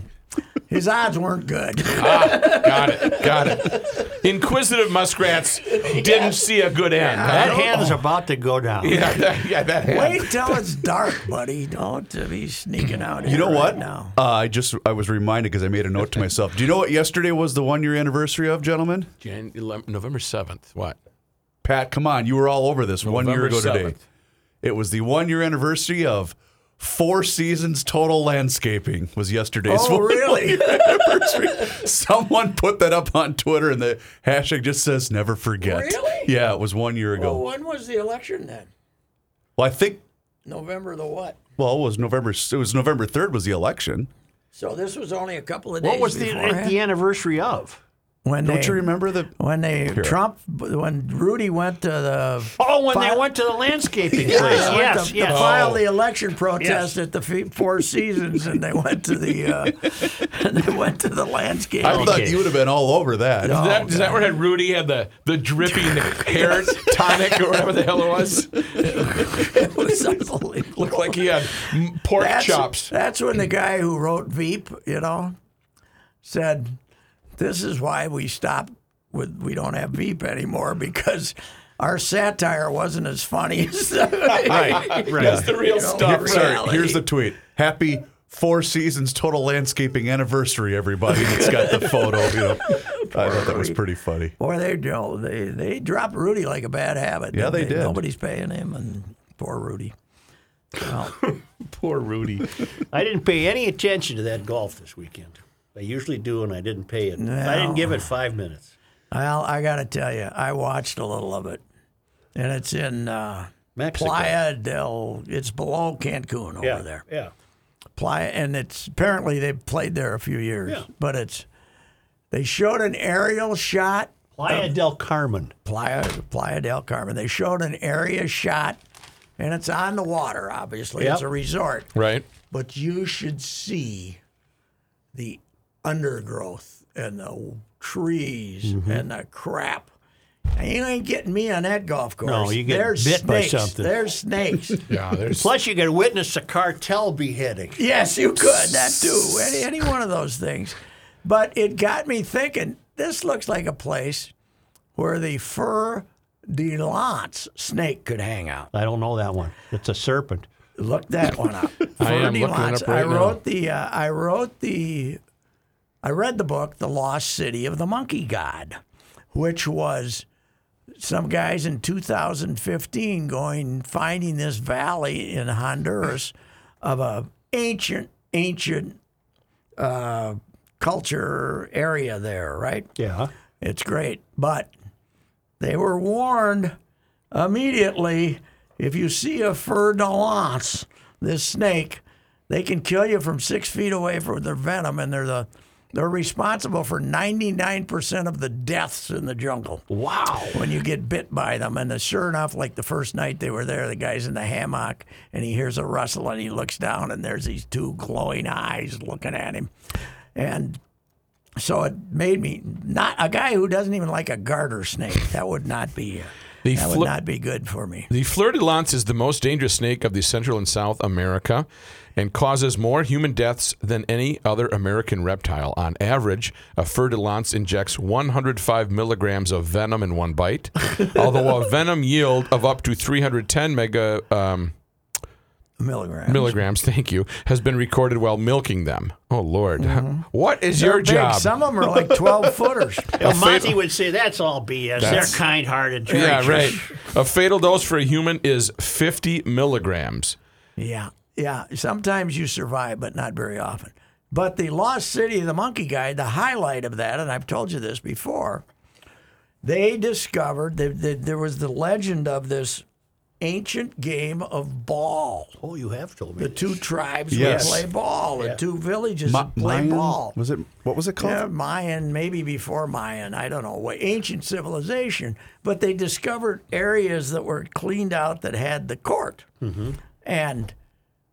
[SPEAKER 2] His odds weren't good.
[SPEAKER 3] Got it. Got it. Inquisitive muskrats didn't see a good end.
[SPEAKER 1] That
[SPEAKER 3] huh?
[SPEAKER 1] hand is about to go down.
[SPEAKER 3] Yeah, that, yeah, that hand.
[SPEAKER 2] Wait till it's dark, buddy. Don't uh, be sneaking out.
[SPEAKER 4] You know
[SPEAKER 2] here
[SPEAKER 4] what?
[SPEAKER 2] Right now.
[SPEAKER 4] Uh, I just I was reminded because I made a note to myself. Do you know what yesterday was the one year anniversary of, gentlemen?
[SPEAKER 3] Jan- ele- November 7th. What?
[SPEAKER 4] Pat, come on, you were all over this one year
[SPEAKER 3] November
[SPEAKER 4] ago today.
[SPEAKER 3] 7th.
[SPEAKER 4] It was the one year anniversary of Four Seasons Total Landscaping was yesterday's
[SPEAKER 2] Oh,
[SPEAKER 4] one-year
[SPEAKER 2] really?
[SPEAKER 4] anniversary. Someone put that up on Twitter, and the hashtag just says "Never forget."
[SPEAKER 2] Really? Oh,
[SPEAKER 4] Yeah, it was one year ago.
[SPEAKER 2] Well,
[SPEAKER 4] Well,
[SPEAKER 2] when was the election then?
[SPEAKER 4] I think
[SPEAKER 2] November the what?
[SPEAKER 4] well it was November. It was November third was the election.
[SPEAKER 2] So this was only a couple of days.
[SPEAKER 1] What was the,
[SPEAKER 2] beforehand.
[SPEAKER 1] the anniversary of?
[SPEAKER 2] when
[SPEAKER 4] Don't
[SPEAKER 2] they,
[SPEAKER 4] you remember the?
[SPEAKER 2] when they Trump when Rudy went to the
[SPEAKER 1] Oh, when
[SPEAKER 2] Fi-
[SPEAKER 1] they went to the landscaping
[SPEAKER 2] Yeah,
[SPEAKER 1] place.
[SPEAKER 2] they went
[SPEAKER 1] yes,
[SPEAKER 2] to,
[SPEAKER 1] yes.
[SPEAKER 2] to file
[SPEAKER 4] Oh.
[SPEAKER 2] the election protest at the fe- Four Seasons, and they went to the uh, and they went to the landscape.
[SPEAKER 4] I thought
[SPEAKER 1] Okay.
[SPEAKER 4] you would have been all over that.
[SPEAKER 3] Is that, is that where Rudy had the, the dripping hair tonic or whatever the hell it was?
[SPEAKER 2] It was unbelievable.
[SPEAKER 3] Looked like he had m- pork
[SPEAKER 2] that's,
[SPEAKER 3] chops.
[SPEAKER 2] That's when the guy who wrote Veep, you know, said, "This is why we stopped with we don't have Veep anymore because." Our satire wasn't as funny as
[SPEAKER 4] Right, right.
[SPEAKER 3] That's the real stuff.
[SPEAKER 4] Here- sorry, here's the tweet. Happy Four Seasons Total Landscaping Anniversary, everybody that's got the photo. You know. I thought that was pretty funny.
[SPEAKER 2] Boy, they you know, they they dropped Rudy like a bad habit.
[SPEAKER 4] Yeah,
[SPEAKER 2] didn't
[SPEAKER 4] they did.
[SPEAKER 2] Nobody's paying him, and poor Rudy. Well,
[SPEAKER 3] Poor Rudy.
[SPEAKER 1] I didn't pay any attention to that golf this weekend. I usually do, and I didn't pay it. I didn't give it five minutes.
[SPEAKER 2] well, I got to tell you, I watched a little of it, and it's in uh,
[SPEAKER 1] Mexico.
[SPEAKER 2] Playa del. It's below Cancun over
[SPEAKER 1] yeah,
[SPEAKER 2] there.
[SPEAKER 1] Yeah.
[SPEAKER 2] Playa, and it's apparently they played there a few years,
[SPEAKER 1] Yeah.
[SPEAKER 2] but it's they showed an aerial shot
[SPEAKER 1] Playa del Carmen.
[SPEAKER 2] Playa, Playa del Carmen. They showed an area shot, and it's on the water. Obviously,
[SPEAKER 1] Yep.
[SPEAKER 2] it's a resort.
[SPEAKER 3] Right?
[SPEAKER 2] but you should see the undergrowth and the trees
[SPEAKER 1] Mm-hmm.
[SPEAKER 2] and the crap. And you ain't getting me on that golf course.
[SPEAKER 1] No, you get
[SPEAKER 2] There's
[SPEAKER 1] bit by
[SPEAKER 2] snakes.
[SPEAKER 1] something.
[SPEAKER 2] There's snakes.
[SPEAKER 3] Yeah, there's.
[SPEAKER 1] Plus, you could witness a cartel beheading.
[SPEAKER 2] yes, you could. That too. Any, any one of those things. But it got me thinking. This looks like a place where the fur de lance snake could hang out.
[SPEAKER 1] I don't know that one. It's a serpent.
[SPEAKER 2] Look that one up.
[SPEAKER 3] I am
[SPEAKER 2] Ferdy
[SPEAKER 3] looking it
[SPEAKER 2] Lotz.
[SPEAKER 3] up right
[SPEAKER 2] I wrote the. Uh, I wrote the. I read the book, The Lost City of the Monkey God, which was some guys in 2015 going finding this valley in Honduras of a ancient ancient uh, culture area there, right?
[SPEAKER 1] Yeah.
[SPEAKER 2] It's great, but they were warned immediately if you see a fur de lance, this snake, they can kill you from six feet away for their venom, and they're the they're responsible for 99% of the deaths in the jungle
[SPEAKER 1] Wow.
[SPEAKER 2] when you get bit by them. And uh, sure enough, like the first night they were there, the guy's in the hammock and he hears a rustle and he looks down and there's these two glowing eyes looking at him. And so it made me not a guy who doesn't even like a garter snake. That would not be uh,
[SPEAKER 3] They
[SPEAKER 2] that
[SPEAKER 3] flip-
[SPEAKER 2] would not be good for me.
[SPEAKER 3] The fleur de lance is the most dangerous snake of the Central and South America and causes more human deaths than any other American reptile. On average, a fleur de lance injects 105 milligrams of venom in one bite, although a venom yield of up to 310 mega. Um,
[SPEAKER 2] Milligram.
[SPEAKER 3] milligrams, thank you, has been recorded while milking them. Oh, Lord. What is your job?
[SPEAKER 2] Mm-hmm. Some of them are like twelve footers.
[SPEAKER 1] Well, Monty would say that's all BS.
[SPEAKER 3] That's-
[SPEAKER 1] They're kind-hearted creatures.
[SPEAKER 3] yeah, right. A fatal dose for a human is 50 milligrams.
[SPEAKER 2] Yeah, yeah. Sometimes you survive, but not very often. But the Lost City of the Monkey Guy, the highlight of that, and I've told you this before, they discovered that, that there was the legend of this ancient game of ball.
[SPEAKER 1] Oh, you have told me.
[SPEAKER 2] The two tribes
[SPEAKER 4] Yes.
[SPEAKER 2] would play ball, the two villages
[SPEAKER 4] Ma-
[SPEAKER 2] would play
[SPEAKER 4] Mayan?
[SPEAKER 2] ball.
[SPEAKER 4] Was it what was it called?
[SPEAKER 2] Yeah, Mayan, maybe before Mayan, I don't know, wa- ancient civilization. But they discovered areas that were cleaned out that had the court. And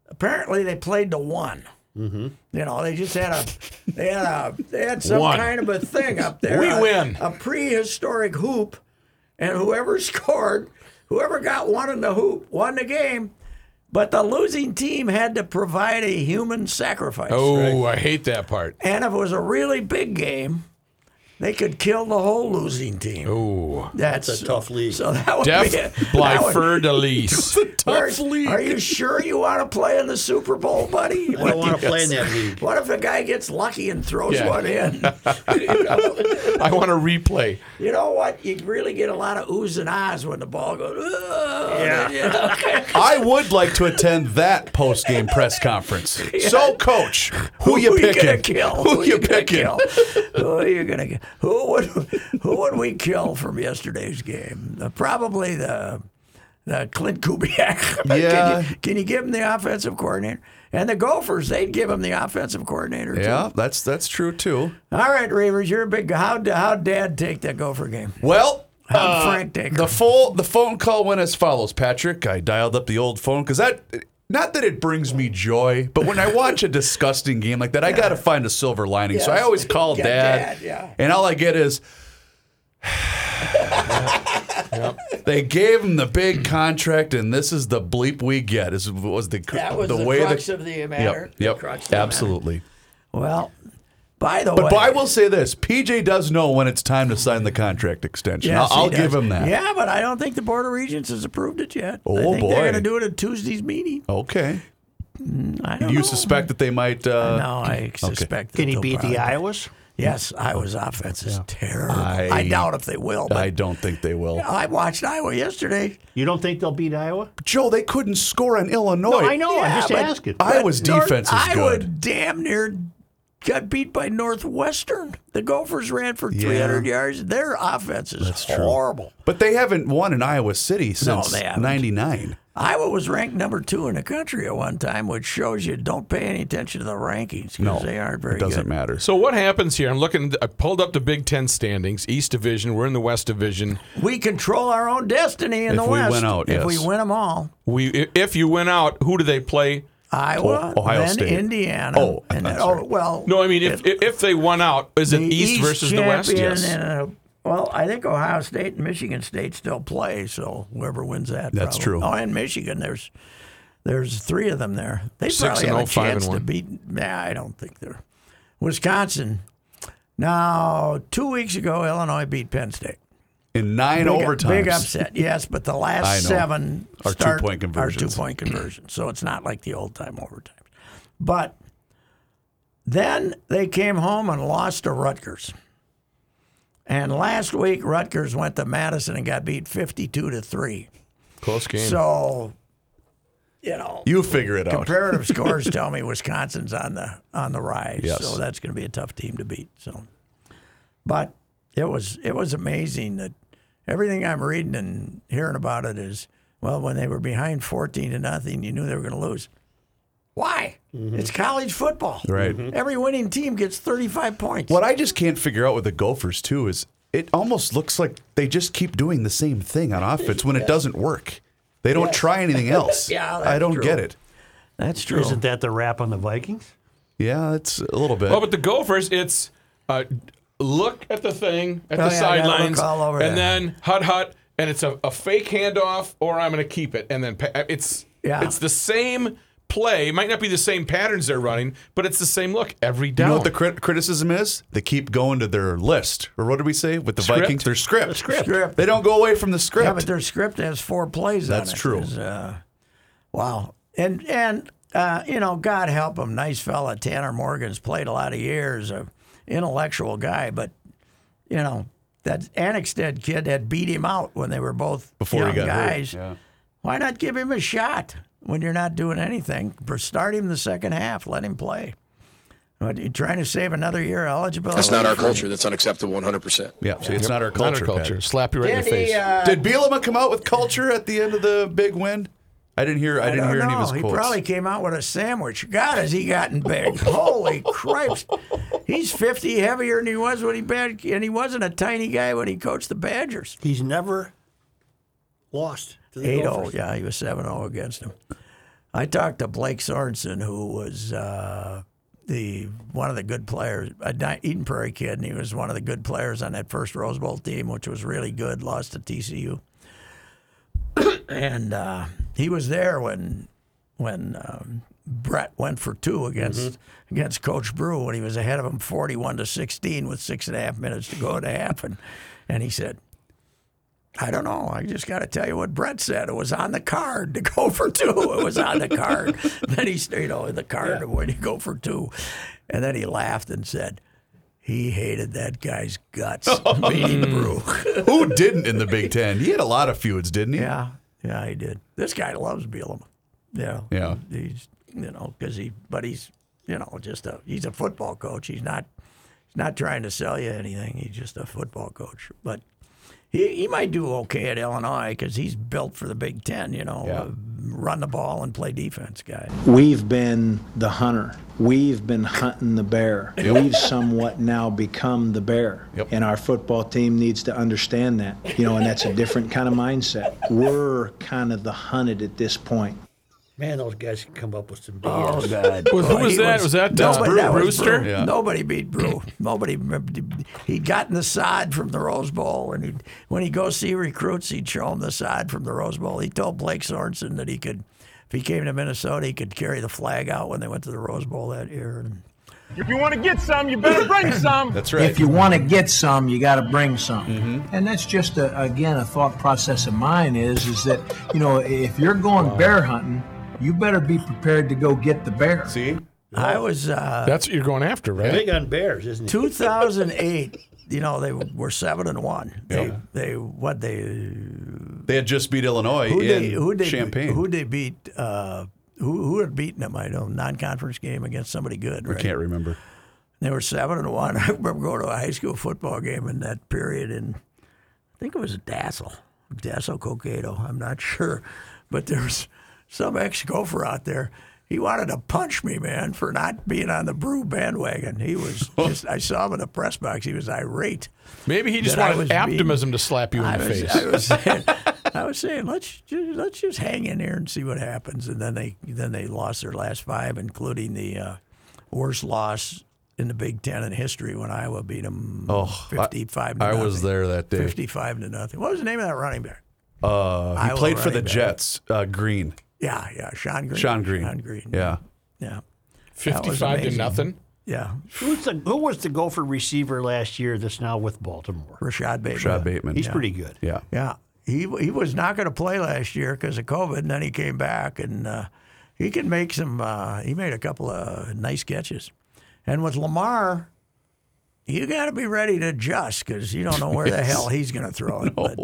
[SPEAKER 2] apparently they played to one. You know, they just had a, they had a, they had some
[SPEAKER 3] One.
[SPEAKER 2] kind of a thing up there.
[SPEAKER 3] We
[SPEAKER 2] a-
[SPEAKER 3] win.
[SPEAKER 2] A prehistoric hoop, and whoever scored, whoever got one in the hoop, won the game. But the losing team had to provide a human sacrifice.
[SPEAKER 3] Oh, I hate that part.
[SPEAKER 2] And if it was a really big game, they could kill the whole losing team.
[SPEAKER 3] Oh,
[SPEAKER 2] that's,
[SPEAKER 1] It's a tough league.
[SPEAKER 2] So that would
[SPEAKER 3] Def
[SPEAKER 2] be it. That would-
[SPEAKER 3] Blyfer Delise.
[SPEAKER 2] Are, are you sure you want to play in the Super Bowl, buddy?
[SPEAKER 1] I don't want to play in that league.
[SPEAKER 2] What if the guy gets lucky and throws
[SPEAKER 3] Yeah.
[SPEAKER 2] one in?
[SPEAKER 3] I want to replay.
[SPEAKER 2] You know what? You really get a lot of oohs and ahs when the ball goes. "Oh," and then, you know,
[SPEAKER 4] I would like to attend that post game press conference. So, coach, who, you picking?
[SPEAKER 2] gonna kill?
[SPEAKER 4] Who, you
[SPEAKER 2] gonna
[SPEAKER 4] picking?
[SPEAKER 2] Kill? Who you gonna kill? Who would who would we kill from yesterday's game? Uh, probably the the Clint Kubiak.
[SPEAKER 4] Yeah.
[SPEAKER 2] can, you, can you give him the offensive coordinator? And the Gophers, they'd give him the offensive coordinator. too.
[SPEAKER 4] Yeah, that's that's true too.
[SPEAKER 2] All right, Reavers, you're a big. How'd, how'd Dad take that Gopher game?
[SPEAKER 4] Well,
[SPEAKER 2] How'd Frank take
[SPEAKER 4] Uh, The
[SPEAKER 2] her?
[SPEAKER 4] full the phone call went as follows, Patrick. I dialed up the old phone because that not that it brings me joy, but when I watch a disgusting game like that, I got to find a silver lining. So I
[SPEAKER 2] Yes.
[SPEAKER 4] always call
[SPEAKER 2] Yeah,
[SPEAKER 4] dad,
[SPEAKER 2] Dad, yeah.
[SPEAKER 4] and all I get is. They gave him the big contract, and this is the bleep we get. Is was the
[SPEAKER 2] That was
[SPEAKER 4] the,
[SPEAKER 2] the,
[SPEAKER 4] way
[SPEAKER 2] crux
[SPEAKER 4] the,
[SPEAKER 2] of the matter.
[SPEAKER 4] yep,
[SPEAKER 2] The
[SPEAKER 4] yep,
[SPEAKER 2] crux of the matter.
[SPEAKER 4] absolutely.
[SPEAKER 2] Well, by the way,
[SPEAKER 4] But, but I will say this: PJ does know when it's time to sign the contract extension.
[SPEAKER 2] Yes,
[SPEAKER 4] I'll, I'll
[SPEAKER 2] he does.
[SPEAKER 4] give him that.
[SPEAKER 2] Yeah, but I don't think the Board of Regents has approved it yet. I
[SPEAKER 4] Oh,
[SPEAKER 2] think They're
[SPEAKER 4] boy.
[SPEAKER 2] going to do it at Tuesday's meeting.
[SPEAKER 4] Okay.
[SPEAKER 2] I don't
[SPEAKER 4] Do you
[SPEAKER 2] know.
[SPEAKER 4] suspect that they might? Uh,
[SPEAKER 2] No, I suspect.
[SPEAKER 1] Can he
[SPEAKER 2] that
[SPEAKER 1] beat
[SPEAKER 2] they'll
[SPEAKER 1] the
[SPEAKER 2] probably-
[SPEAKER 1] Iowas?
[SPEAKER 2] Yes, Iowa's offense is terrible. I,
[SPEAKER 4] I-
[SPEAKER 2] doubt if they will. But
[SPEAKER 4] I don't think they will.
[SPEAKER 2] I watched Iowa yesterday.
[SPEAKER 1] You don't think they'll beat Iowa?
[SPEAKER 4] Joe, they couldn't score on Illinois.
[SPEAKER 1] No, Oh, I know. I'm
[SPEAKER 2] Yeah,
[SPEAKER 1] just
[SPEAKER 2] but-
[SPEAKER 1] asking.
[SPEAKER 4] Iowa's
[SPEAKER 2] North-
[SPEAKER 4] defense is
[SPEAKER 2] Iowa
[SPEAKER 4] good.
[SPEAKER 2] damn near got beat by Northwestern. The Gophers ran for 300 yards. Their offense is horrible.
[SPEAKER 4] But they haven't won in Iowa City since
[SPEAKER 2] they haven't.
[SPEAKER 4] '99.
[SPEAKER 2] Iowa was ranked number two in the country at one time, which shows you don't pay any attention to the rankings because they aren't very
[SPEAKER 4] it doesn't
[SPEAKER 2] good.
[SPEAKER 4] matter.
[SPEAKER 3] So what happens here? I'm looking. I pulled up the Big Ten standings, East Division. We're in the West Division.
[SPEAKER 2] We control our own destiny in
[SPEAKER 4] If
[SPEAKER 2] the
[SPEAKER 4] we
[SPEAKER 2] West.
[SPEAKER 4] win out,
[SPEAKER 2] if
[SPEAKER 4] yes.
[SPEAKER 2] we win them all,
[SPEAKER 3] We, i- if you win out, who do they play?
[SPEAKER 2] Iowa,
[SPEAKER 4] Oh, Ohio
[SPEAKER 2] uh, then
[SPEAKER 4] State.
[SPEAKER 2] Indiana.
[SPEAKER 4] Oh,
[SPEAKER 2] and then,
[SPEAKER 4] that's
[SPEAKER 2] oh
[SPEAKER 4] right.
[SPEAKER 2] well.
[SPEAKER 3] No, I mean if if, if they won out, is it
[SPEAKER 2] the
[SPEAKER 3] East, versus the West?
[SPEAKER 2] champion
[SPEAKER 3] Yes.
[SPEAKER 4] oh.
[SPEAKER 2] and, uh, well, I think Ohio State and Michigan State still play, so whoever wins that.
[SPEAKER 4] That's
[SPEAKER 2] probably.
[SPEAKER 4] true.
[SPEAKER 2] Oh, and Michigan, there's there's three of them there. They
[SPEAKER 3] Six
[SPEAKER 2] probably
[SPEAKER 3] and
[SPEAKER 2] have
[SPEAKER 3] oh,
[SPEAKER 2] a
[SPEAKER 3] five and
[SPEAKER 2] chance to
[SPEAKER 3] one.
[SPEAKER 2] beat. Nah, I don't think they're. Wisconsin. Now, two weeks ago, Illinois beat Penn State.
[SPEAKER 4] In nine
[SPEAKER 2] Big-
[SPEAKER 4] overtimes.
[SPEAKER 2] Big upset, yes, but the
[SPEAKER 4] I
[SPEAKER 2] last
[SPEAKER 4] know.
[SPEAKER 2] seven
[SPEAKER 4] Are
[SPEAKER 2] start-
[SPEAKER 4] two-point
[SPEAKER 2] Are
[SPEAKER 4] conversions.
[SPEAKER 2] two point conversions. So it's not like the old time overtimes. But then they came home and lost to Rutgers. And last week, Rutgers went to Madison and got beat 52 to 3.
[SPEAKER 3] Close game.
[SPEAKER 2] So, you know,
[SPEAKER 4] You figure it out.
[SPEAKER 2] comparative scores tell me Wisconsin's on the on the rise.
[SPEAKER 4] Yes.
[SPEAKER 2] So that's going to be a tough team to beat. So, but it was it was amazing that everything I'm reading and hearing about it is well when they were behind 14 to nothing, you knew they were going to lose. Why? It's college football.
[SPEAKER 4] Mm-hmm. Right. Mhm.
[SPEAKER 2] Every winning team gets 35 points.
[SPEAKER 4] What I just can't figure out with the Gophers too is it almost looks like they just keep doing the same thing on offense when it doesn't work. They don't try anything else.
[SPEAKER 2] Yeah, that's
[SPEAKER 4] I don't
[SPEAKER 2] true.
[SPEAKER 4] get it.
[SPEAKER 2] That's true.
[SPEAKER 1] Isn't that the rap on the Vikings?
[SPEAKER 4] Yeah, it's a little bit.
[SPEAKER 3] Well, with the Gophers, it's uh, look at the thing at
[SPEAKER 2] Oh,
[SPEAKER 3] the
[SPEAKER 2] yeah, I gotta look
[SPEAKER 3] sidelines,
[SPEAKER 2] all over
[SPEAKER 3] and
[SPEAKER 2] that.
[SPEAKER 3] then hut hut, and it's a, a fake handoff, or I'm going to keep it, and then pa- uh, it's
[SPEAKER 2] Yeah.
[SPEAKER 3] it's the same play. It might not be the same patterns they're running, but it's the same look every
[SPEAKER 4] You
[SPEAKER 3] down.
[SPEAKER 4] know what the crit- criticism is? They keep going to their list, or what did we say with the
[SPEAKER 3] Script?
[SPEAKER 4] Vikings? Their script.
[SPEAKER 2] script. Script.
[SPEAKER 4] They don't go away from the script.
[SPEAKER 2] Yeah, but their script has four plays on it.
[SPEAKER 4] That's true.
[SPEAKER 2] It's, uh, wow. And and uh, you know, God help him, nice fella. Tanner Morgan's played a lot of years, a intellectual guy, but you know that Annixted kid had beat him out when they were both
[SPEAKER 4] Before he
[SPEAKER 2] young
[SPEAKER 4] got hurt,
[SPEAKER 2] guys. Why not give him a shot when you're not doing anything? Start him the second half. Let him play. What, you trying to save another year of eligibility?
[SPEAKER 7] That's not our
[SPEAKER 2] for-
[SPEAKER 7] culture. That's unacceptable 100%.
[SPEAKER 4] yeah, see, it's not our culture.
[SPEAKER 3] Not our culture.
[SPEAKER 4] Pat.
[SPEAKER 3] Slap you right in the face.
[SPEAKER 4] Did Bielema come out with culture at the end of the big win? I didn't hear. I,
[SPEAKER 2] I
[SPEAKER 4] didn't
[SPEAKER 2] don't
[SPEAKER 4] hear any
[SPEAKER 2] know.
[SPEAKER 4] of his
[SPEAKER 2] he
[SPEAKER 4] quotes.
[SPEAKER 2] probably came out with a sandwich. God, has he gotten big? Holy Christ! He's fifty heavier than he was when he bad, and he wasn't a tiny guy when he coached the Badgers.
[SPEAKER 1] He's never lost to the
[SPEAKER 2] 8-0.
[SPEAKER 1] Gophers.
[SPEAKER 2] oh, yeah, he was 7-0 against him. I talked to Blake Sorensen, who was uh, the one of the good players, a Di- Eden Prairie kid, and he was one of the good players on that first Rose Bowl team, which was really good. Lost to TCU, and uh, he was there when when um, Brett went for two against against Coach Brew when he was ahead of him forty one to sixteen with six and a half minutes to go to happen, and he said. I don't know. I just got to tell you what Brett said. It was on the card to go for two. It was on the card. then he, you know, the card when you go for two, and then he laughed and said, "He hated that guy's guts." Meaning Brew.
[SPEAKER 4] Who didn't in the Big Ten? He had a lot of feuds, didn't he?
[SPEAKER 2] Yeah, yeah, he did. This guy loves Bielema. Yeah,
[SPEAKER 4] Yeah.
[SPEAKER 2] He's you know because he, but he's you know just a he's a football coach. He's not he's not trying to sell you anything. He's just a football coach. But he he might do okay at Illinois because he's built for the Big Ten. You know, uh, run the ball and play defense guy.
[SPEAKER 7] We've been the hunter. We've been hunting the bear. We've somewhat now become the bear.
[SPEAKER 4] Yep.
[SPEAKER 7] And our football team needs to understand that. You know, and that's a different kind of mindset. We're kind of the hunted at this point.
[SPEAKER 1] Man, those guys can come up with some BS.
[SPEAKER 2] Oh, God!
[SPEAKER 3] Was- who was that? Was that, uh, Brew- Brewster?
[SPEAKER 4] Yeah.
[SPEAKER 2] Nobody beat Brew. Nobody. He'd gotten the sod from the Rose Bowl, and he'd, when he goes see recruits, he'd show him the sod from the Rose Bowl. He told Blake Sorensen that he could, if he came to Minnesota, he could carry the flag out when they went to the Rose Bowl that year. And
[SPEAKER 8] If you want to get some, you better bring some.
[SPEAKER 4] That's right. Mm-hmm.
[SPEAKER 7] If you want to get some, you got to bring some. And that's just a, again a thought process of mine is is that you know if you're going bear hunting, you better be prepared to go get the bear.
[SPEAKER 4] See?
[SPEAKER 2] I was uh,
[SPEAKER 3] That's what you're going after, right?
[SPEAKER 1] Big on bears, isn't he?
[SPEAKER 2] 2008. You know they were seven and one. They,
[SPEAKER 4] Yeah.
[SPEAKER 2] they what they
[SPEAKER 4] They had just beat Illinois
[SPEAKER 2] who
[SPEAKER 4] in
[SPEAKER 2] they who they
[SPEAKER 4] Champaign.
[SPEAKER 2] who they beat uh, who who had beaten them I don't non conference game against somebody good right
[SPEAKER 4] Can't remember.
[SPEAKER 2] They were seven and one. I remember going to a high school football game in that period, and I think it was Dassel, Dassel Cocato. I'm not sure, but there was some ex gopher out there. He wanted to punch me, man, for not being on the brew bandwagon. He was just, I saw him in the press box. He was irate.
[SPEAKER 3] Maybe he just
[SPEAKER 2] That I
[SPEAKER 3] wanted
[SPEAKER 2] was
[SPEAKER 3] optimism to slap you in
[SPEAKER 2] I
[SPEAKER 3] the
[SPEAKER 2] was,
[SPEAKER 3] face.
[SPEAKER 2] I was saying, I was saying, let's just, let's just hang in here and see what happens. And then they then they lost their last five, including the uh, worst loss in the Big Ten in history when Iowa beat them
[SPEAKER 4] Oh, I-
[SPEAKER 2] 55 to
[SPEAKER 4] I was
[SPEAKER 2] nothing.
[SPEAKER 4] there that day.
[SPEAKER 2] 55 to nothing. What was the name of that running back?
[SPEAKER 4] Uh, he
[SPEAKER 2] Iowa
[SPEAKER 4] played for
[SPEAKER 2] running
[SPEAKER 4] the
[SPEAKER 2] back.
[SPEAKER 4] Jets. Uh, Green.
[SPEAKER 2] Yeah, yeah, Sean Green.
[SPEAKER 4] Sean Green.
[SPEAKER 2] Sean Green.
[SPEAKER 4] Yeah.
[SPEAKER 2] yeah, was
[SPEAKER 3] 55 to
[SPEAKER 2] amazing.
[SPEAKER 3] nothing.
[SPEAKER 2] yeah.
[SPEAKER 1] Who's the, who was the Gopher receiver last year that's now with Baltimore?
[SPEAKER 2] Rashad Bateman.
[SPEAKER 4] Rashad Bateman.
[SPEAKER 1] He's
[SPEAKER 4] yeah.
[SPEAKER 1] pretty good.
[SPEAKER 4] Yeah.
[SPEAKER 2] Yeah, he he was not going to play last year because of COVID, and then he came back and uh, he could make some. Uh, he made a couple of nice catches, and with Lamar, you got to be ready to adjust because you don't know where the hell he's going to throw it. But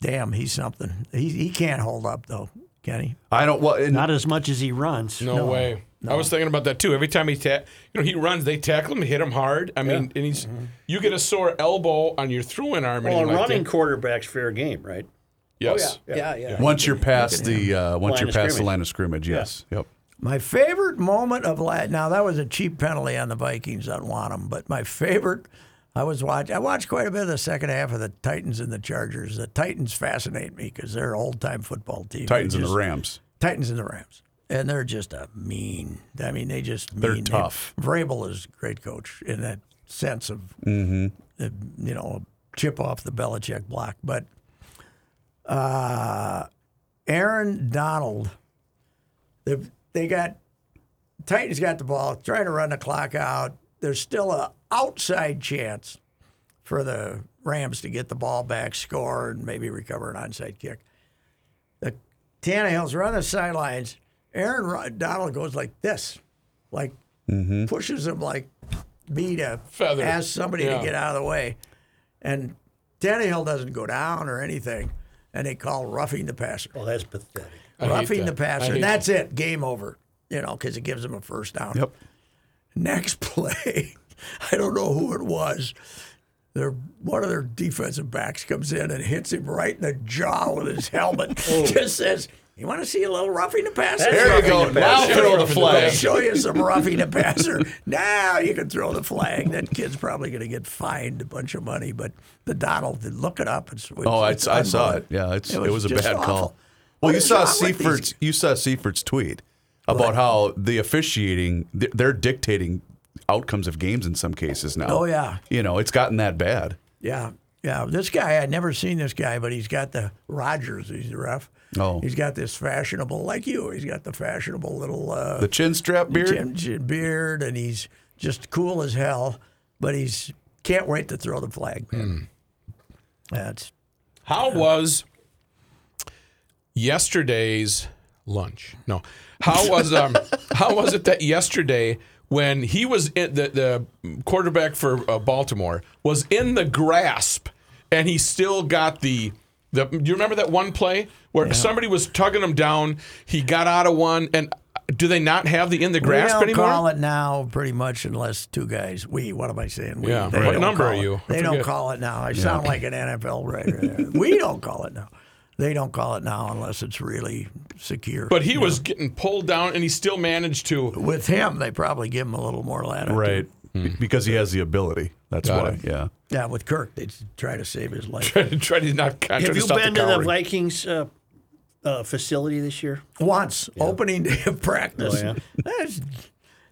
[SPEAKER 2] damn, he's something. He he can't hold up though, can he?
[SPEAKER 4] I don't. Well, and
[SPEAKER 1] Not as much as he runs.
[SPEAKER 3] No, way. I was thinking about that too. Every time he ta- you know, he runs, they tackle him, hit him hard. I mean, and he's
[SPEAKER 2] Mm-hmm.
[SPEAKER 3] you get a sore elbow on your throwing arm.
[SPEAKER 1] Well, a
[SPEAKER 3] and like
[SPEAKER 1] running
[SPEAKER 3] that.
[SPEAKER 1] quarterback's fair game, right?
[SPEAKER 3] yes.
[SPEAKER 1] Yeah, yeah.
[SPEAKER 4] once you're past the uh, once
[SPEAKER 1] Line
[SPEAKER 4] you're
[SPEAKER 1] of
[SPEAKER 4] past the
[SPEAKER 1] scrimmage.
[SPEAKER 4] line of scrimmage, yes. Yep.
[SPEAKER 2] My favorite moment of last now that was a cheap penalty on the Vikings on Wanham, but my favorite I was watch I watched quite a bit of the second half of the Titans and the Chargers. The Titans fascinate me because they're old time football team.
[SPEAKER 4] Titans
[SPEAKER 2] They
[SPEAKER 4] and the
[SPEAKER 2] just-
[SPEAKER 4] Rams.
[SPEAKER 2] Titans and the Rams, and they're just a mean. I mean, they just mean.
[SPEAKER 4] They're tough.
[SPEAKER 2] They, Vrabel is a great coach in that sense of
[SPEAKER 4] Mm-hmm.
[SPEAKER 2] uh, you know chip off the Belichick block, but uh, Aaron Donald, they they got Titans got the ball, trying to run the clock out. There's still a outside chance for the Rams to get the ball back, score, and maybe recover an onside kick. The Tannehills are on the sidelines. Aaron Rod- Donald goes like this, like pushes him like me to
[SPEAKER 3] Feather.
[SPEAKER 2] ask somebody
[SPEAKER 3] Yeah.
[SPEAKER 2] to get out of the way. And Tannehill doesn't go down or anything. And they call roughing the passer.
[SPEAKER 1] Well, that's pathetic.
[SPEAKER 3] I hate
[SPEAKER 2] roughing the
[SPEAKER 3] that. I
[SPEAKER 2] passer.
[SPEAKER 3] hate
[SPEAKER 2] And that's it. Game over. You know, because it gives them a first down.
[SPEAKER 4] Yep.
[SPEAKER 2] Next play, I don't know who it was. Their one of their defensive backs comes in and hits him right in the jaw with his helmet.
[SPEAKER 4] Oh.
[SPEAKER 2] Just says, "You want to see a little roughing the passer?
[SPEAKER 1] There you go.
[SPEAKER 4] Now throw the
[SPEAKER 2] I'll
[SPEAKER 4] flag.
[SPEAKER 2] show you some roughing the passer. Now you can throw the flag. That kid's probably going to get fined a bunch of money. But the Donald, did look it up. It's, it's,
[SPEAKER 4] Oh,
[SPEAKER 2] it's
[SPEAKER 4] it's, I saw it.
[SPEAKER 2] unbelievable.
[SPEAKER 4] Yeah, it's, it was, a
[SPEAKER 2] just
[SPEAKER 4] bad call.
[SPEAKER 2] awful.
[SPEAKER 4] Well,
[SPEAKER 2] What
[SPEAKER 4] you
[SPEAKER 2] is
[SPEAKER 4] saw
[SPEAKER 2] wrong with these
[SPEAKER 4] Seifert's you saw Seifert's tweet about how the officiating th- they're dictating outcomes of games in some cases now.
[SPEAKER 2] Oh, yeah.
[SPEAKER 4] you know it's gotten that bad.
[SPEAKER 2] Yeah, yeah. This guy, I'd never seen this guy, but he's got the Rogers. He's the ref.
[SPEAKER 4] Oh.
[SPEAKER 2] He's got this fashionable, like you, he's got the fashionable little uh,
[SPEAKER 4] The chin strap beard.
[SPEAKER 2] Jim- Jim beard, and he's just cool as hell. But he's can't wait to throw the flag, man.
[SPEAKER 3] Hmm.
[SPEAKER 2] That's
[SPEAKER 3] How was yesterday's lunch? No. How was um how was it that yesterday when he was in the, the quarterback for uh, Baltimore was in the grasp and he still got the the do you remember that one play where somebody was tugging him down, he got out of one and uh, do they not have the in the grasp
[SPEAKER 2] we don't
[SPEAKER 3] anymore?
[SPEAKER 2] call it now, pretty much, unless two guys. We, what am I saying? We,
[SPEAKER 3] Yeah,
[SPEAKER 2] they
[SPEAKER 3] what
[SPEAKER 2] don't
[SPEAKER 3] number
[SPEAKER 2] call
[SPEAKER 3] are
[SPEAKER 2] it-
[SPEAKER 3] you? I
[SPEAKER 2] They don't
[SPEAKER 3] forget.
[SPEAKER 2] call it now. I sound like an NFL writer. we don't call it now. They don't call it now unless it's really secure.
[SPEAKER 3] But he was getting pulled down and he still managed to
[SPEAKER 2] with him, they probably give him a little more latitude.
[SPEAKER 4] Right. Be- Because he has the ability. That's
[SPEAKER 3] Hmm. Got
[SPEAKER 4] why.
[SPEAKER 3] it.
[SPEAKER 4] Yeah.
[SPEAKER 2] Yeah, with Kirk, they try to save his life.
[SPEAKER 3] try to not try
[SPEAKER 1] Have
[SPEAKER 3] to
[SPEAKER 1] you
[SPEAKER 3] stop
[SPEAKER 1] been
[SPEAKER 3] the
[SPEAKER 1] to the
[SPEAKER 3] coward.
[SPEAKER 1] Vikings uh, uh, facility this year?
[SPEAKER 2] once opening day of practice.
[SPEAKER 1] Oh, yeah.
[SPEAKER 2] That's-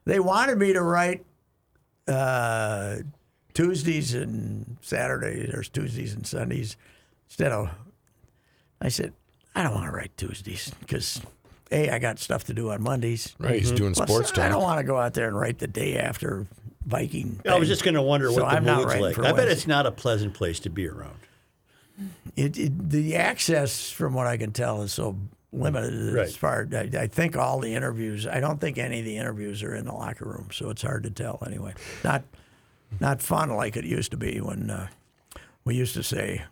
[SPEAKER 2] they wanted me to write uh, Tuesdays and Saturdays, or Tuesdays and Sundays instead of. I said I don't want to write Tuesdays because a I got stuff to do on Mondays.
[SPEAKER 3] Right,
[SPEAKER 1] Mm-hmm.
[SPEAKER 3] he's doing
[SPEAKER 2] Plus,
[SPEAKER 3] sports
[SPEAKER 2] I
[SPEAKER 3] talk.
[SPEAKER 2] don't want to go out there and write the day after Viking.
[SPEAKER 1] I was
[SPEAKER 2] thing.
[SPEAKER 1] just going to wonder what
[SPEAKER 2] So
[SPEAKER 1] the
[SPEAKER 2] I'm not
[SPEAKER 1] mood's
[SPEAKER 2] writing
[SPEAKER 1] like.
[SPEAKER 2] for
[SPEAKER 1] I bet
[SPEAKER 2] Wednesday.
[SPEAKER 1] it's not a pleasant place to be around.
[SPEAKER 2] it, it, the access, from what I can tell, is so limited
[SPEAKER 1] Right.
[SPEAKER 2] as far. I, I think all the interviews. I don't think any of the interviews are in the locker room, so it's hard to tell. Anyway, not not fun like it used to be when uh, we used to say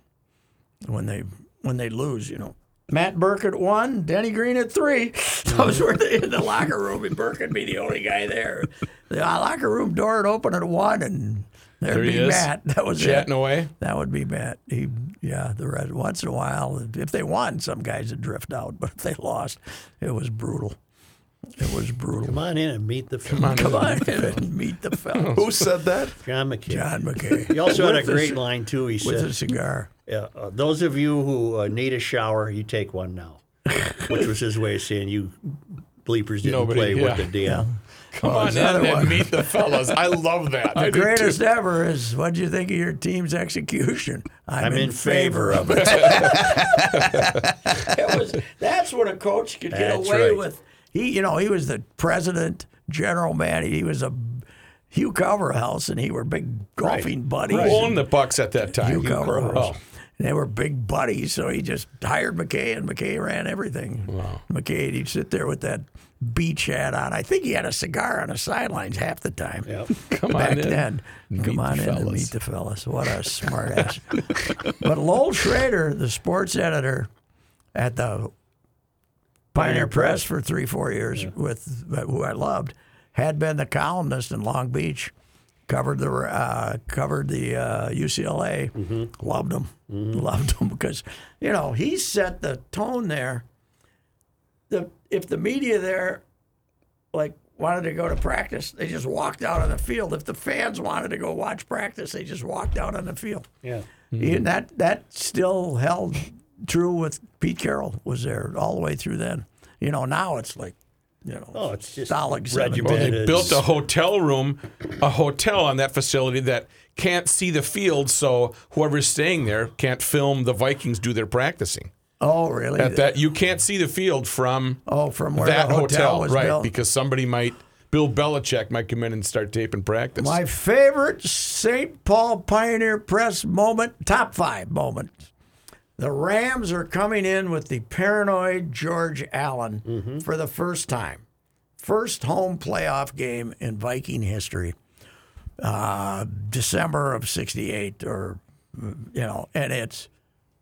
[SPEAKER 2] when they when they lose, you know. Matt Burke at one, Denny Green at three. Those were the, in the locker room, and Burke would be the only guy there. The uh, locker room door would open at one, and there'd
[SPEAKER 3] There he
[SPEAKER 2] be
[SPEAKER 3] is,
[SPEAKER 2] Matt. That was it.
[SPEAKER 3] chatting away.
[SPEAKER 2] That would be Matt. He, yeah, the red, once in a while, if they won, some guys would drift out, but if they lost, it was brutal. It was brutal.
[SPEAKER 1] Come on in and meet the Come on,
[SPEAKER 2] Come on, and meet the fellow.
[SPEAKER 4] Who said that?
[SPEAKER 1] John McKay.
[SPEAKER 2] John
[SPEAKER 1] He
[SPEAKER 2] McKay
[SPEAKER 1] also had a
[SPEAKER 2] With a
[SPEAKER 1] great
[SPEAKER 2] c-
[SPEAKER 1] line too. He
[SPEAKER 2] with
[SPEAKER 1] said,
[SPEAKER 2] a cigar.
[SPEAKER 1] yeah, uh, "Those of you who uh, need a shower, you take one now," which was his way of saying you bleepers didn't
[SPEAKER 3] Nobody-
[SPEAKER 1] play
[SPEAKER 3] yeah.
[SPEAKER 1] with the damn.
[SPEAKER 3] Come on in
[SPEAKER 2] another
[SPEAKER 3] and
[SPEAKER 2] one.
[SPEAKER 3] meet the fellas. I love that. I
[SPEAKER 2] The
[SPEAKER 3] do too.
[SPEAKER 2] greatest ever is what do you think of your team's execution? I'm,
[SPEAKER 1] I'm in favor of
[SPEAKER 2] it. That was- that's what a coach could get
[SPEAKER 1] That's
[SPEAKER 2] away
[SPEAKER 1] right.
[SPEAKER 2] with. He, you know, he was the president, general man. He was a Hugh Coverhouse, and he were big golfing buddies.
[SPEAKER 3] Who
[SPEAKER 2] and-
[SPEAKER 3] owned the Bucks at that time?
[SPEAKER 2] Hugh Coverhouse.
[SPEAKER 3] Oh,
[SPEAKER 2] And they were big buddies, so he just hired McKay, and McKay ran everything. McKay, he'd sit there with that beach hat on. I think he had a cigar on the sidelines half the time.
[SPEAKER 3] come
[SPEAKER 2] Back
[SPEAKER 3] on in.
[SPEAKER 2] then, come
[SPEAKER 3] the
[SPEAKER 2] on in and
[SPEAKER 3] fellas.
[SPEAKER 2] meet the fellas. What a smart ass. but Lowell Schrader, the sports editor at the Pioneer Press for three, four years with who I loved, had been the columnist in Long Beach, covered the uh, covered the uh, UCLA, loved him, loved him because you know he set the tone there. The if the media there, like wanted to go to practice, they just walked out on the field. If the fans wanted to go watch practice, they just walked out on the field.
[SPEAKER 1] Yeah,
[SPEAKER 3] Mm-hmm.
[SPEAKER 2] And that that still held true with Pete Carroll was there all the way through then. You know, now it's like, you know,
[SPEAKER 1] Oh, it's just
[SPEAKER 2] solid seven
[SPEAKER 3] Well,
[SPEAKER 1] regimented.
[SPEAKER 3] they
[SPEAKER 1] It is.
[SPEAKER 3] built a hotel room, a hotel on that facility that can't see the field, so whoever's staying there can't film the Vikings do their practicing.
[SPEAKER 2] Oh, really?
[SPEAKER 3] At that, you can't see the field from
[SPEAKER 2] oh, from where
[SPEAKER 3] that
[SPEAKER 2] the hotel,
[SPEAKER 3] hotel,
[SPEAKER 2] was
[SPEAKER 3] right?
[SPEAKER 2] built.
[SPEAKER 3] Because somebody might, Bill Belichick might come in and start taping practice.
[SPEAKER 2] My favorite St. Paul Pioneer Press moment, top five moment. The Rams are coming in with the paranoid George Allen for the first time. First home playoff game in Viking history. Uh, December of 68 or you know, and it's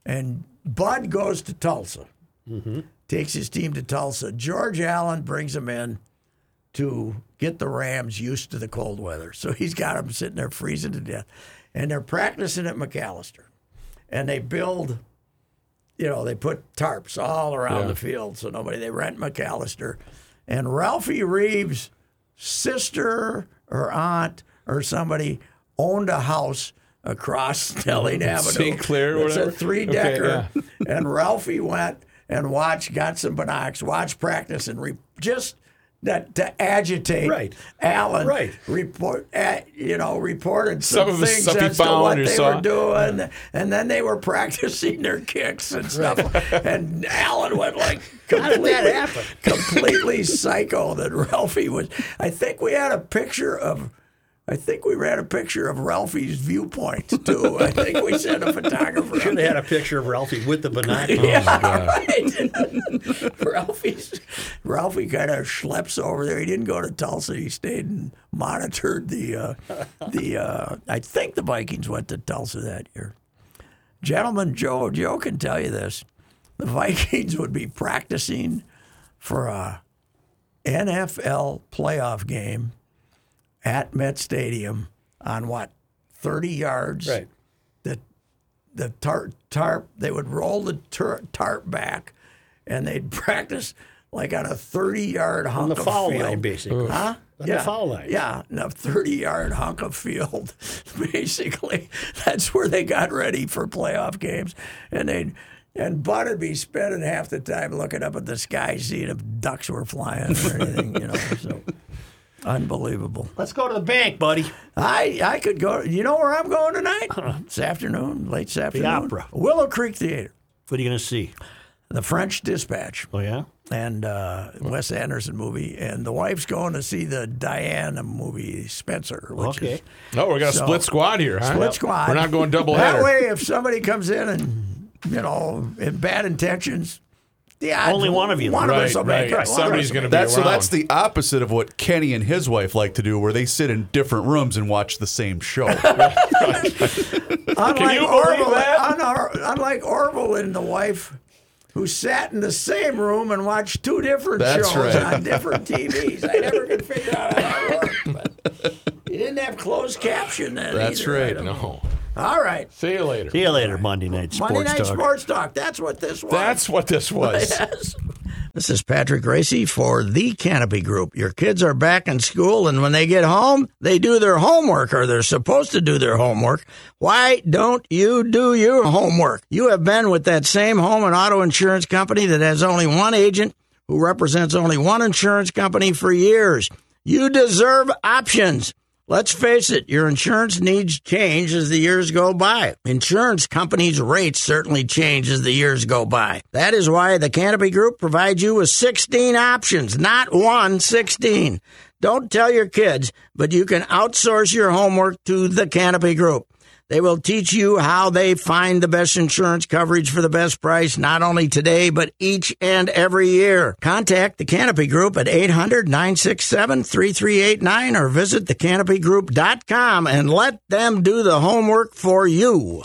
[SPEAKER 2] and Bud goes to Tulsa, takes his team to Tulsa. George Allen brings him in to get the Rams used to the cold weather, so he's got them sitting there freezing to death, and they're practicing at McAllister, and they build. You know, they put tarps all around the field so nobody, they rent McAllister. And Ralphie Reeves' sister or aunt or somebody owned a house across Stelling Avenue.
[SPEAKER 3] St. Clair or
[SPEAKER 2] It's
[SPEAKER 3] whatever?
[SPEAKER 2] a three decker. and Ralphie went and watched, got some binocs, watched practice, and re- just that to agitate
[SPEAKER 1] Right.
[SPEAKER 2] Allen.
[SPEAKER 1] Right.
[SPEAKER 2] Report, uh, you know, reported
[SPEAKER 3] Some
[SPEAKER 2] some,
[SPEAKER 3] of the
[SPEAKER 2] things
[SPEAKER 3] stuff he
[SPEAKER 2] as to
[SPEAKER 3] found
[SPEAKER 2] what
[SPEAKER 3] or
[SPEAKER 2] they
[SPEAKER 3] saw.
[SPEAKER 2] were doing, and then they were practicing their kicks and stuff. and Allen went like completely,
[SPEAKER 1] happen?
[SPEAKER 2] completely psycho. That Ralphie was. I think we had a picture of. I think we ran a picture of Ralphie's viewpoint too. I think we sent a photographer.
[SPEAKER 1] Should have had a picture of Ralphie with the binoculars.
[SPEAKER 2] Yeah, right. Ralphie's, Ralphie kind of schleps over there. He didn't go to Tulsa. He stayed and monitored the uh, the. Uh, I think the Vikings went to Tulsa that year. Gentleman Joe, Joe can tell you this: the Vikings would be practicing for a NFL playoff game at Met Stadium on what thirty yards
[SPEAKER 1] Right.
[SPEAKER 2] the the tarp tarp they would roll the tur- tarp back and they'd practice like on a 30 yard hunk
[SPEAKER 1] On the
[SPEAKER 2] of
[SPEAKER 1] foul
[SPEAKER 2] field.
[SPEAKER 1] line, basically.
[SPEAKER 2] Huh?
[SPEAKER 1] On the foul line.
[SPEAKER 2] Yeah, and a 30 yard hunk of field. Basically, that's where they got ready for playoff games. And they'd, and Bud would be spending half the time looking up at the sky, seeing if ducks were flying or anything, you know. So unbelievable.
[SPEAKER 1] Let's go to the bank, buddy.
[SPEAKER 2] I I could go. You know where I'm going tonight? This afternoon, late this afternoon.
[SPEAKER 1] Uh-huh. opera.
[SPEAKER 2] Willow Creek Theater,
[SPEAKER 1] What are you going to see?
[SPEAKER 2] The French Dispatch,
[SPEAKER 1] Oh, yeah?
[SPEAKER 2] and uh, Wes Anderson movie. And the wife's going to see the Diana movie, Spencer. Which
[SPEAKER 1] Okay.
[SPEAKER 2] Is,
[SPEAKER 3] No, Oh, we got a
[SPEAKER 2] So-
[SPEAKER 3] split squad here. Huh?
[SPEAKER 2] Split squad.
[SPEAKER 3] We're not going double
[SPEAKER 2] That
[SPEAKER 3] header.
[SPEAKER 2] way, if somebody comes in and you know, in bad intentions, yeah,
[SPEAKER 1] Only one of you.
[SPEAKER 2] One of us will
[SPEAKER 3] Right,
[SPEAKER 2] make
[SPEAKER 3] right.
[SPEAKER 2] it. One of us
[SPEAKER 3] Somebody's
[SPEAKER 2] will
[SPEAKER 3] going to be
[SPEAKER 4] That's so.
[SPEAKER 3] around.
[SPEAKER 4] That's the opposite of what Kenny and his wife like to do, where they sit in different rooms and watch the same show.
[SPEAKER 2] Unlike
[SPEAKER 3] you believe
[SPEAKER 2] Orville,
[SPEAKER 3] that?
[SPEAKER 2] un- unlike Orville and the wife, who sat in the same room and watched two different
[SPEAKER 4] That's
[SPEAKER 2] shows
[SPEAKER 4] right.
[SPEAKER 2] on different TVs. I never could figure out how that worked. But you didn't have closed caption then.
[SPEAKER 4] That's
[SPEAKER 2] either.
[SPEAKER 4] right.
[SPEAKER 3] No.
[SPEAKER 2] All right.
[SPEAKER 3] See you later.
[SPEAKER 1] See you later, Monday Night Sports
[SPEAKER 2] Monday Night
[SPEAKER 1] Talk.
[SPEAKER 2] Sports Talk. That's what this was.
[SPEAKER 3] That's what this was.
[SPEAKER 2] This is Patrick Gracie for The Canopy Group. Your kids are back in school, and when they get home, they do their homework, or they're supposed to do their homework. Why don't you do your homework? You have been with that same home and auto insurance company that has only one agent who represents only one insurance company for years. You deserve options. Let's face it, your insurance needs change as the years go by. Insurance companies' rates certainly change as the years go by. That is why the Canopy Group provides you with 16 options, not one, 16. Don't tell your kids, but you can outsource your homework to the Canopy Group. They will teach you how they find the best insurance coverage for the best price, not only today, but each and every year. Contact the Canopy Group at 800 967 3389 or visit thecanopygroup.com and let them do the homework for you.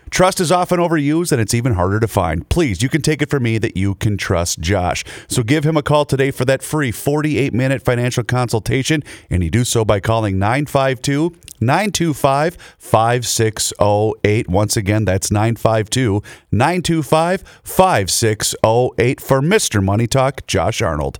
[SPEAKER 4] Trust is often overused and it's even harder to find. Please, you can take it from me that you can trust Josh. So give him a call today for that free 48 minute financial consultation, and you do so by calling 952 925 5608. Once again, that's 952 925 5608 for Mr. Money Talk, Josh Arnold.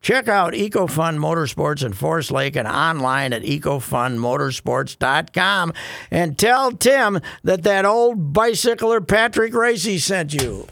[SPEAKER 2] Check out EcoFun Motorsports in Forest Lake and online at EcoFunMotorsports.com and tell Tim that that old bicycler Patrick Racy sent you.